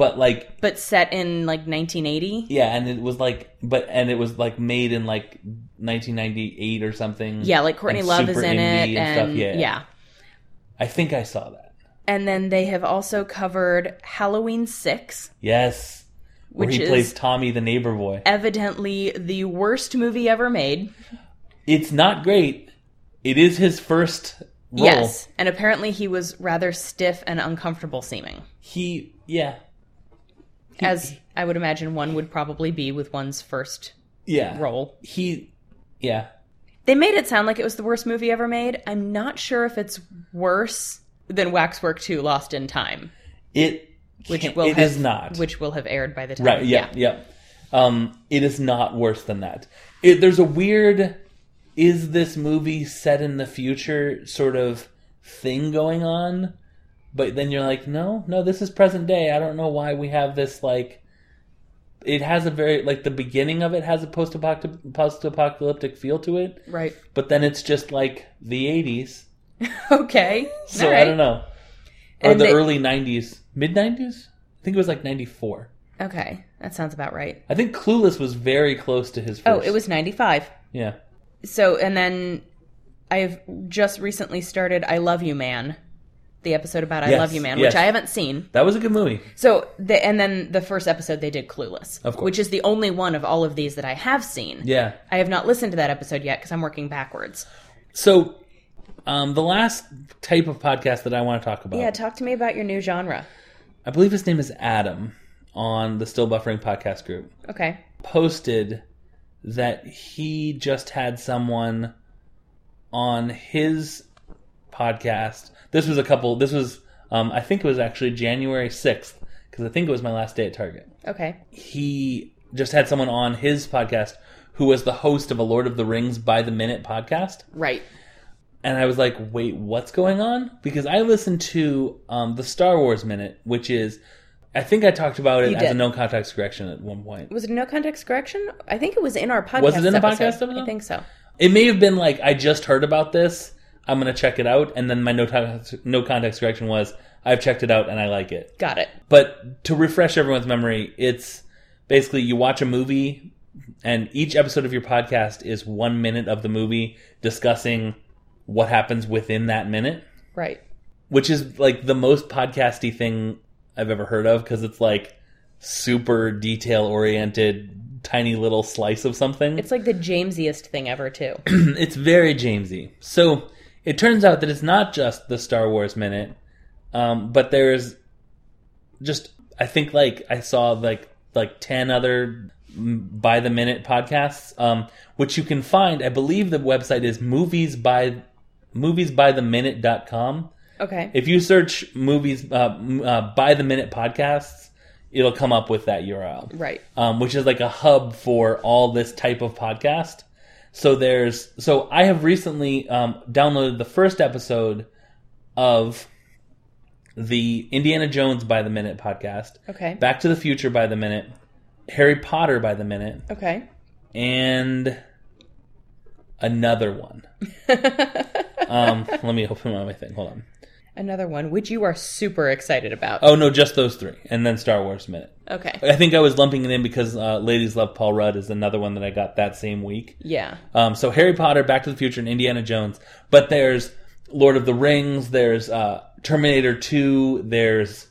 Speaker 2: but like
Speaker 3: but set in like 1980.
Speaker 2: Yeah, and it was like, but and it was like made in like 1998 or something.
Speaker 3: Yeah, like Courtney
Speaker 2: And
Speaker 3: Love
Speaker 2: super
Speaker 3: is in
Speaker 2: indie
Speaker 3: it,
Speaker 2: and stuff,
Speaker 3: and
Speaker 2: yeah.
Speaker 3: yeah.
Speaker 2: I think I saw that.
Speaker 3: And then they have also covered Halloween Six,
Speaker 2: Yes, where
Speaker 3: Which
Speaker 2: he
Speaker 3: is-
Speaker 2: plays Tommy the neighbor boy.
Speaker 3: evidently the worst movie ever made.
Speaker 2: It's not great. It is his first role.
Speaker 3: Yes, and apparently he was rather stiff and uncomfortable seeming,
Speaker 2: he yeah
Speaker 3: as I would imagine one would probably be with one's first
Speaker 2: yeah
Speaker 3: role.
Speaker 2: he yeah
Speaker 3: They made it sound like it was the worst movie ever made. I'm not sure if it's worse than Waxwork 2 Lost in Time,
Speaker 2: it
Speaker 3: which
Speaker 2: can't-
Speaker 3: will
Speaker 2: it
Speaker 3: have
Speaker 2: is not
Speaker 3: which will have aired by the time.
Speaker 2: Right. Yeah. Yeah. Um, it is not worse than that. It, there's a weird, is this movie set in the future sort of thing going on, but then you're like, no, no, this is present day. I don't know why we have this like. It has a very like the beginning of it has a post apocalyptic feel to it,
Speaker 3: Right.
Speaker 2: but then it's just like the 80s.
Speaker 3: Okay.
Speaker 2: So
Speaker 3: All
Speaker 2: I
Speaker 3: right.
Speaker 2: don't know, or
Speaker 3: And
Speaker 2: the
Speaker 3: they-
Speaker 2: early 90s, mid 90s. I think it was like 94.
Speaker 3: Okay. That sounds about right.
Speaker 2: I think Clueless was very close to his first.
Speaker 3: Oh, it was 95.
Speaker 2: Yeah.
Speaker 3: So, and then I've just recently started I Love You Man, the episode about I
Speaker 2: Yes,
Speaker 3: Love You Man,
Speaker 2: yes.
Speaker 3: which I haven't seen.
Speaker 2: That was a good movie.
Speaker 3: So, the, and then the first episode they did Clueless,
Speaker 2: Of course.
Speaker 3: which is the only one of all of these that I have seen.
Speaker 2: Yeah.
Speaker 3: I have not listened to that episode yet because I'm working backwards.
Speaker 2: So, um, the last type of podcast that I want to talk about,
Speaker 3: Yeah, talk to me about your new genre.
Speaker 2: I believe his name is Adam on the Still Buffering podcast group,
Speaker 3: Okay.
Speaker 2: posted that he just had someone on his podcast. This was a couple, this was, um, I think it was actually January 6th, because I think it was my last day at Target.
Speaker 3: Okay.
Speaker 2: he just had someone on his podcast who was the host of a Lord of the Rings by the Minute podcast.
Speaker 3: Right.
Speaker 2: And I was like, wait, what's going on? Because I listened to um, the Star Wars Minute, which is, I think I talked about it
Speaker 3: You
Speaker 2: as a
Speaker 3: did.
Speaker 2: no context correction at one point.
Speaker 3: Was it a no context correction? I think it was in our podcast.
Speaker 2: Was it in the podcast
Speaker 3: I
Speaker 2: episode?
Speaker 3: think so.
Speaker 2: It may have been like, I just heard about this. I'm going to check it out. And then my no, context- no context correction was, I've checked it out and I like it.
Speaker 3: Got it.
Speaker 2: But to refresh everyone's memory, it's basically you watch a movie, and each episode of your podcast is one minute of the movie discussing what happens within that minute,
Speaker 3: Right.
Speaker 2: which is like the most podcasty thing I've ever heard of because it's like super detail oriented, tiny little slice of something.
Speaker 3: It's like the Jamesiest thing ever, too.
Speaker 2: it's very Jamesy. So it turns out that it's not just the Star Wars minute, um, but there's just I think like I saw like like ten other mm, by the minute podcasts, um, which you can find. I believe the website is movies by moviesbytheminute.com.
Speaker 3: Okay.
Speaker 2: If you search movies uh, m- uh, by the minute podcasts, it'll come up with that URL
Speaker 3: right.
Speaker 2: um, which is like a hub for all this type of podcast. So there's so I have recently um, downloaded the first episode of the Indiana Jones by the Minute podcast,
Speaker 3: Okay.
Speaker 2: Back to the Future by the Minute, Harry Potter by the Minute,
Speaker 3: okay.
Speaker 2: and another one. um, let me open up my thing. Hold on.
Speaker 3: Another one, which you are super excited about.
Speaker 2: Oh no, just those three, and then Star Wars Minute.
Speaker 3: Okay.
Speaker 2: I think I was lumping it in because uh, Ladies Love Paul Rudd is another one that I got that same week.
Speaker 3: Yeah.
Speaker 2: Um, so Harry Potter, Back to the Future, and Indiana Jones. But there's Lord of the Rings. There's uh, Terminator Two. There's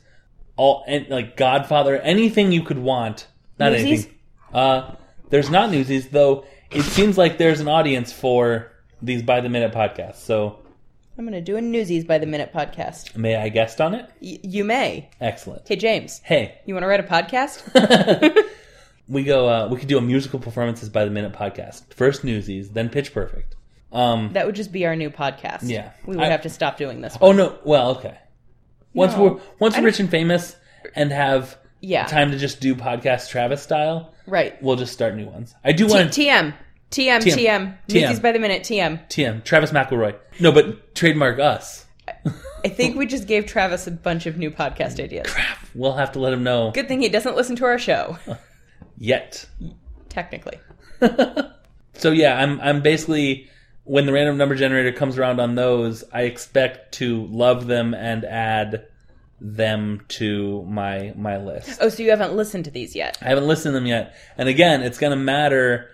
Speaker 2: all and, like Godfather. Anything you could want. Not
Speaker 3: Newsies?
Speaker 2: anything. Uh, there's not Newsies though. It seems like there's an audience for these by the minute podcasts. So
Speaker 3: I'm going to do a Newsies by the Minute podcast.
Speaker 2: may I guest on it?
Speaker 3: Y- you may.
Speaker 2: Excellent.
Speaker 3: Hey, James,
Speaker 2: Hey,
Speaker 3: you want to write a podcast?
Speaker 2: we go. Uh, we could do a musical performances by the minute podcast. First Newsies, then Pitch Perfect. Um,
Speaker 3: that would just be our new podcast.
Speaker 2: Yeah.
Speaker 3: We would
Speaker 2: I-
Speaker 3: have to stop doing this.
Speaker 2: Oh no! Well, okay. Once
Speaker 3: No.
Speaker 2: we're once
Speaker 3: I
Speaker 2: we're rich and famous and have
Speaker 3: Yeah.
Speaker 2: time to just do podcast Travis style,
Speaker 3: Right.
Speaker 2: we'll just start new ones. I do
Speaker 3: T-
Speaker 2: want to
Speaker 3: TM. TM.
Speaker 2: TM.
Speaker 3: TM. Newsies by the Minute. TM.
Speaker 2: TM Travis McElroy. No, but trademark us.
Speaker 3: I think we just gave Travis a bunch of new podcast ideas.
Speaker 2: We'll have to let him know
Speaker 3: Good thing he doesn't listen to our show,
Speaker 2: yet.
Speaker 3: technically.
Speaker 2: So yeah, I'm I'm basically when the random number generator comes around on those, I expect to love them and add them to my my list.
Speaker 3: Oh, so you haven't listened to these yet.
Speaker 2: I haven't listened to them yet, and again, it's gonna matter.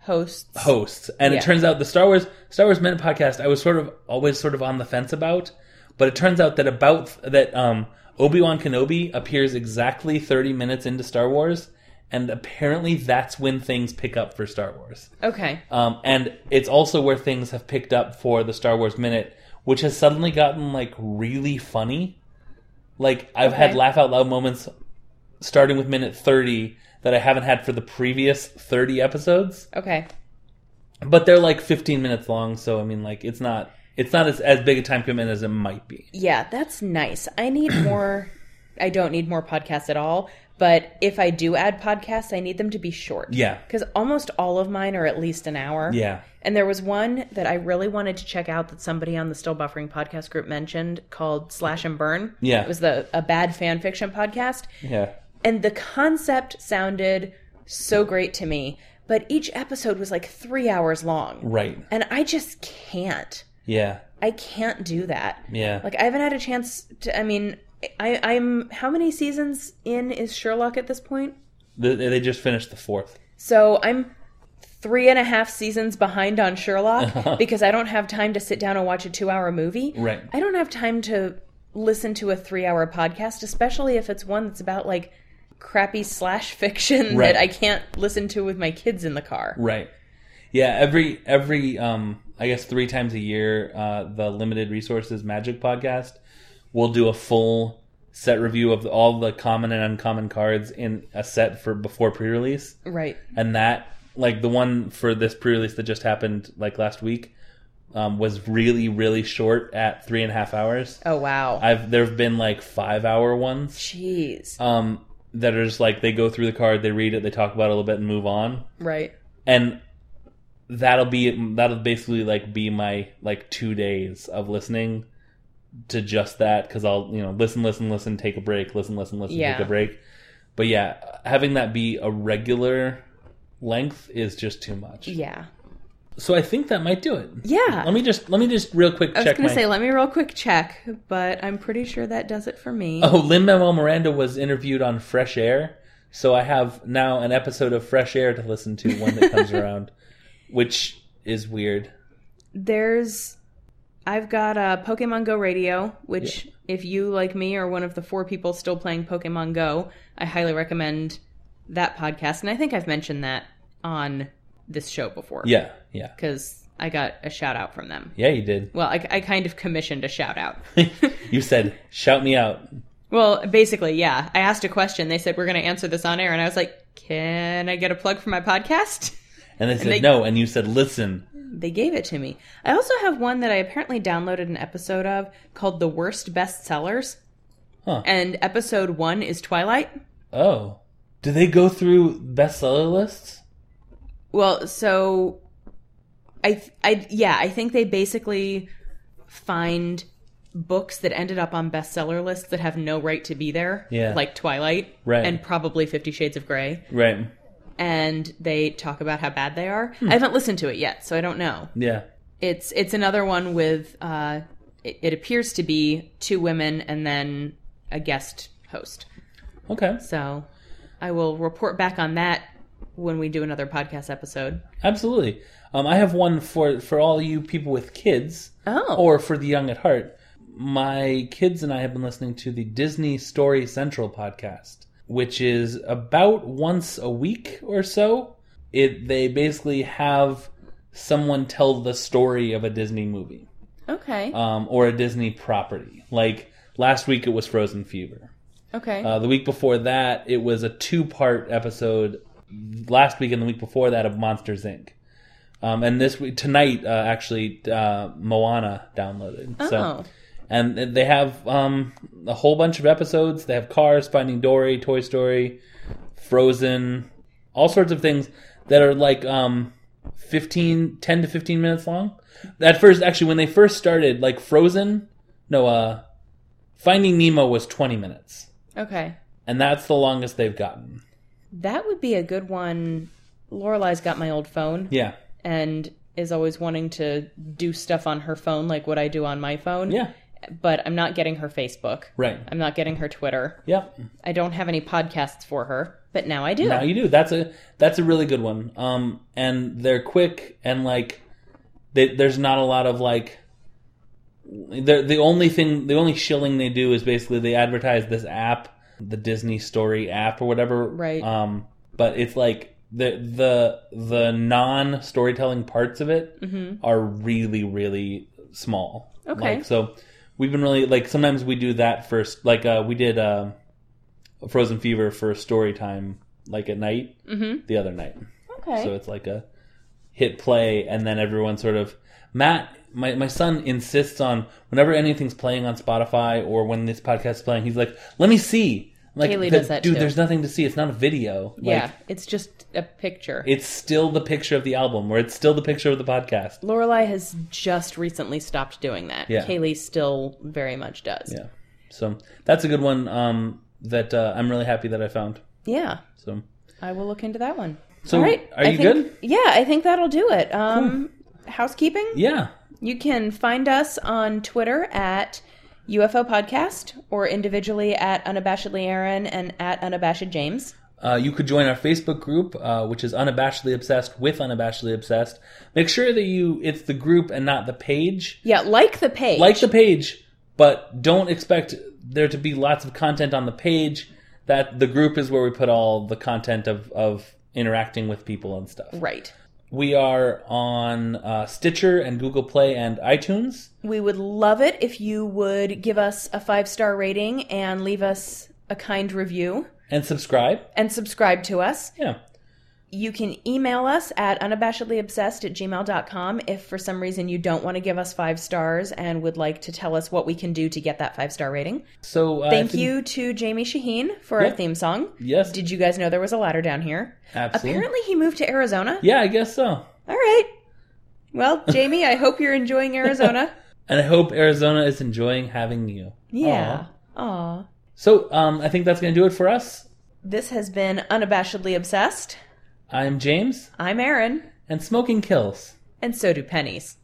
Speaker 3: Hosts.
Speaker 2: hosts. And
Speaker 3: Yeah.
Speaker 2: it turns out the Star Wars Star Wars Minute podcast I was sort of always sort of on the fence about, but it turns out that about that um Obi-Wan Kenobi appears exactly 30 minutes into Star Wars and apparently that's when things pick up for Star Wars.
Speaker 3: Okay.
Speaker 2: Um, and it's also where things have picked up for the Star Wars Minute, which has suddenly gotten like really funny. Like I've had
Speaker 3: Okay.
Speaker 2: laugh out loud moments starting with minute 30 that I haven't had for the previous 30 episodes
Speaker 3: Okay.
Speaker 2: but they're like 15 minutes long so i mean like it's not it's not as, as big a time commitment as it might be
Speaker 3: Yeah, that's nice. I need more. I don't need more podcasts at all. But if I do add podcasts, I need them to be short.
Speaker 2: Yeah.
Speaker 3: Because almost all of mine are at least an hour.
Speaker 2: yeah
Speaker 3: And there was one that I really wanted to check out that somebody on the Still Buffering podcast group mentioned called Slash and Burn.
Speaker 2: Yeah.
Speaker 3: It was the a bad fan fiction podcast.
Speaker 2: yeah
Speaker 3: And the concept sounded so great to me. But each episode was like three hours long.
Speaker 2: right
Speaker 3: And I just can't.
Speaker 2: yeah
Speaker 3: I can't do that.
Speaker 2: yeah
Speaker 3: Like I haven't had a chance to. I mean, I, I'm how many seasons in is Sherlock at this point?
Speaker 2: Th they just finished the fourth
Speaker 3: So I'm three and a half seasons behind on Sherlock because I don't have time to sit down and watch a two-hour movie.
Speaker 2: Uh-huh. Right.
Speaker 3: I don't have time to listen to a three-hour podcast, especially if it's one that's about like crappy slash fiction
Speaker 2: Right.
Speaker 3: that I can't listen to with my kids in the car.
Speaker 2: right yeah every every um i guess three times a year uh the limited resources magic podcast will do a full set review of all the common and uncommon cards in a set for before pre-release
Speaker 3: Right.
Speaker 2: and that like the one for this pre-release that just happened like last week um, was really really short at three and a half hours
Speaker 3: Oh wow.
Speaker 2: i've there have been like five hour ones
Speaker 3: Jeez.
Speaker 2: um, that are just like they go through the card they read it they talk about it a little bit and move on
Speaker 3: right.
Speaker 2: and that'll be that'll basically like be my like two days of listening to just that because i'll you know listen listen listen take a break listen listen listen
Speaker 3: Yeah.
Speaker 2: take a break but yeah having that be a regular length is just too much
Speaker 3: Yeah.
Speaker 2: so i think that might do it
Speaker 3: Yeah.
Speaker 2: let me just let me just real quick
Speaker 3: I was
Speaker 2: check
Speaker 3: gonna
Speaker 2: my
Speaker 3: say, let me real quick check, but I'm pretty sure that does it for me.
Speaker 2: oh lin manuel miranda was interviewed on fresh air so i have now an episode of fresh air to listen to when it comes around which is weird
Speaker 3: There's, I've got uh, Pokemon Go Radio, which if you like me are one of the four people still playing Pokemon Go, I highly recommend that podcast. And I think I've mentioned that on this show before.
Speaker 2: yeah yeah
Speaker 3: because I got a shout out from them.
Speaker 2: yeah you did
Speaker 3: Well, I, I kind of commissioned a shout out.
Speaker 2: you said, "Shout me out."
Speaker 3: well, basically, yeah. I asked a question. They said we're going to answer this on air, and I was like, "Can I get a plug for my podcast?"
Speaker 2: And they said
Speaker 3: they-
Speaker 2: no, and you said, "Listen."
Speaker 3: they gave it to me. I also have one that I apparently downloaded an episode of called The Worst Bestsellers.
Speaker 2: Huh.
Speaker 3: And episode one is Twilight.
Speaker 2: Oh. Do they go through bestseller lists?
Speaker 3: Well, so I, th- I, yeah, I think they basically find books that ended up on bestseller lists that have no right to be there.
Speaker 2: Yeah.
Speaker 3: Like Twilight.
Speaker 2: Right.
Speaker 3: And probably Fifty Shades of Grey.
Speaker 2: Right.
Speaker 3: and they talk about how bad they are.
Speaker 2: Hmm.
Speaker 3: I haven't listened to it yet, so I don't know.
Speaker 2: Yeah.
Speaker 3: It's it's another one with uh, it, it appears to be two women and then a guest host.
Speaker 2: Okay.
Speaker 3: So I will report back on that when we do another podcast episode.
Speaker 2: Absolutely. Um, I have one for for all you people with kids,
Speaker 3: Oh.
Speaker 2: or for the young at heart. My kids and I have been listening to the Disney Story Central podcast, which is about once a week or so. It they basically have someone tell the story of a Disney movie
Speaker 3: Okay.
Speaker 2: um, or a Disney property. Like last week, it was Frozen Fever.
Speaker 3: okay.
Speaker 2: Uh, the week before that, it was a two part episode. Last week and the week before that of Monsters Inc. Um, and this week tonight, uh, actually, uh, Moana downloaded.
Speaker 3: Oh.
Speaker 2: So, and they have um, a whole bunch of episodes. They have Cars, Finding Dory, Toy Story, Frozen, all sorts of things that are like um, 15, 10 to fifteen minutes long. At first, actually, when they first started, like Frozen, no, uh, Finding Nemo was twenty minutes
Speaker 3: Oh, okay.
Speaker 2: and that's the longest they've gotten.
Speaker 3: That would be a good one. Lorelei's got my old phone
Speaker 2: Yeah,
Speaker 3: and is always wanting to do stuff on her phone like what I do on my phone.
Speaker 2: yeah,
Speaker 3: But I'm not getting her Facebook.
Speaker 2: right.
Speaker 3: I'm not getting her Twitter.
Speaker 2: Yeah,
Speaker 3: I don't have any podcasts for her, but now I do.
Speaker 2: now you do. That's a that's a really good one. Um, and they're quick and like, they, there's not a lot of like. The the only thing the only shilling they do is basically they advertise this app, the Disney Story app or whatever.
Speaker 3: Right.
Speaker 2: Um, but it's like the the the non storytelling parts of it
Speaker 3: Mhm.
Speaker 2: are really really small.
Speaker 3: Okay.
Speaker 2: Like, so we've been really like sometimes we do that first. Like uh, we did uh, Frozen Fever for story time like at night
Speaker 3: Mm-hmm.
Speaker 2: the other night.
Speaker 3: Okay.
Speaker 2: So it's like a hit play, and then everyone sort of Matt. My, my son insists on whenever anything's playing on Spotify or when this podcast is playing, he's like, "Let me see." I'm Like,
Speaker 3: Kaylee
Speaker 2: "The-
Speaker 3: does that
Speaker 2: dude.
Speaker 3: too."
Speaker 2: There's nothing to see. It's not a video. Like,
Speaker 3: yeah, it's just a picture.
Speaker 2: it's still the picture of the album, or it's still the picture of the podcast.
Speaker 3: Lorelai has just recently stopped doing that.
Speaker 2: Yeah.
Speaker 3: Kaylee still very much does.
Speaker 2: Yeah. So that's a good one um, that uh, I'm really happy that I found.
Speaker 3: Yeah,
Speaker 2: So
Speaker 3: I will look into that one.
Speaker 2: So,
Speaker 3: All right.
Speaker 2: are
Speaker 3: I
Speaker 2: you
Speaker 3: think-
Speaker 2: good?
Speaker 3: Yeah, I think that'll do it. Um, housekeeping.
Speaker 2: yeah,
Speaker 3: You can find us on Twitter at UFO Podcast or individually at unabashedly Aaron and at unabashed James.
Speaker 2: Uh, you could join our Facebook group, uh, which is unabashedly obsessed with unabashedly obsessed. Make sure that you it's the group and not the page.
Speaker 3: Yeah, like the page.
Speaker 2: Like the page, but don't expect there to be lots of content on the page. That the group is where we put all the content of of interacting with people and stuff.
Speaker 3: right.
Speaker 2: We are on uh, Stitcher and Google Play and iTunes.
Speaker 3: We would love it if you would give us a five star rating and leave us a kind review
Speaker 2: And subscribe.
Speaker 3: and subscribe to us.
Speaker 2: Yeah.
Speaker 3: You can email us at unabashedlyobsessed at gmail.com if for some reason you don't want to give us five stars and would like to tell us what we can do to get that five star rating.
Speaker 2: So uh,
Speaker 3: Thank
Speaker 2: it's-
Speaker 3: you to Jamie Shaheen for
Speaker 2: Yeah.
Speaker 3: our theme song.
Speaker 2: Yes.
Speaker 3: Did you guys know there was a ladder down here?
Speaker 2: Absolutely.
Speaker 3: Apparently he moved to Arizona.
Speaker 2: Yeah, I guess so.
Speaker 3: All right. Well, Jamie, I hope you're enjoying Arizona.
Speaker 2: And I hope Arizona is enjoying having you.
Speaker 3: Yeah. Aw.
Speaker 2: So um, I think that's going to do it for us.
Speaker 3: This has been Unabashedly Obsessed.
Speaker 2: I'm James,
Speaker 3: I'm Erin,
Speaker 2: and smoking kills.
Speaker 3: and so do pennies.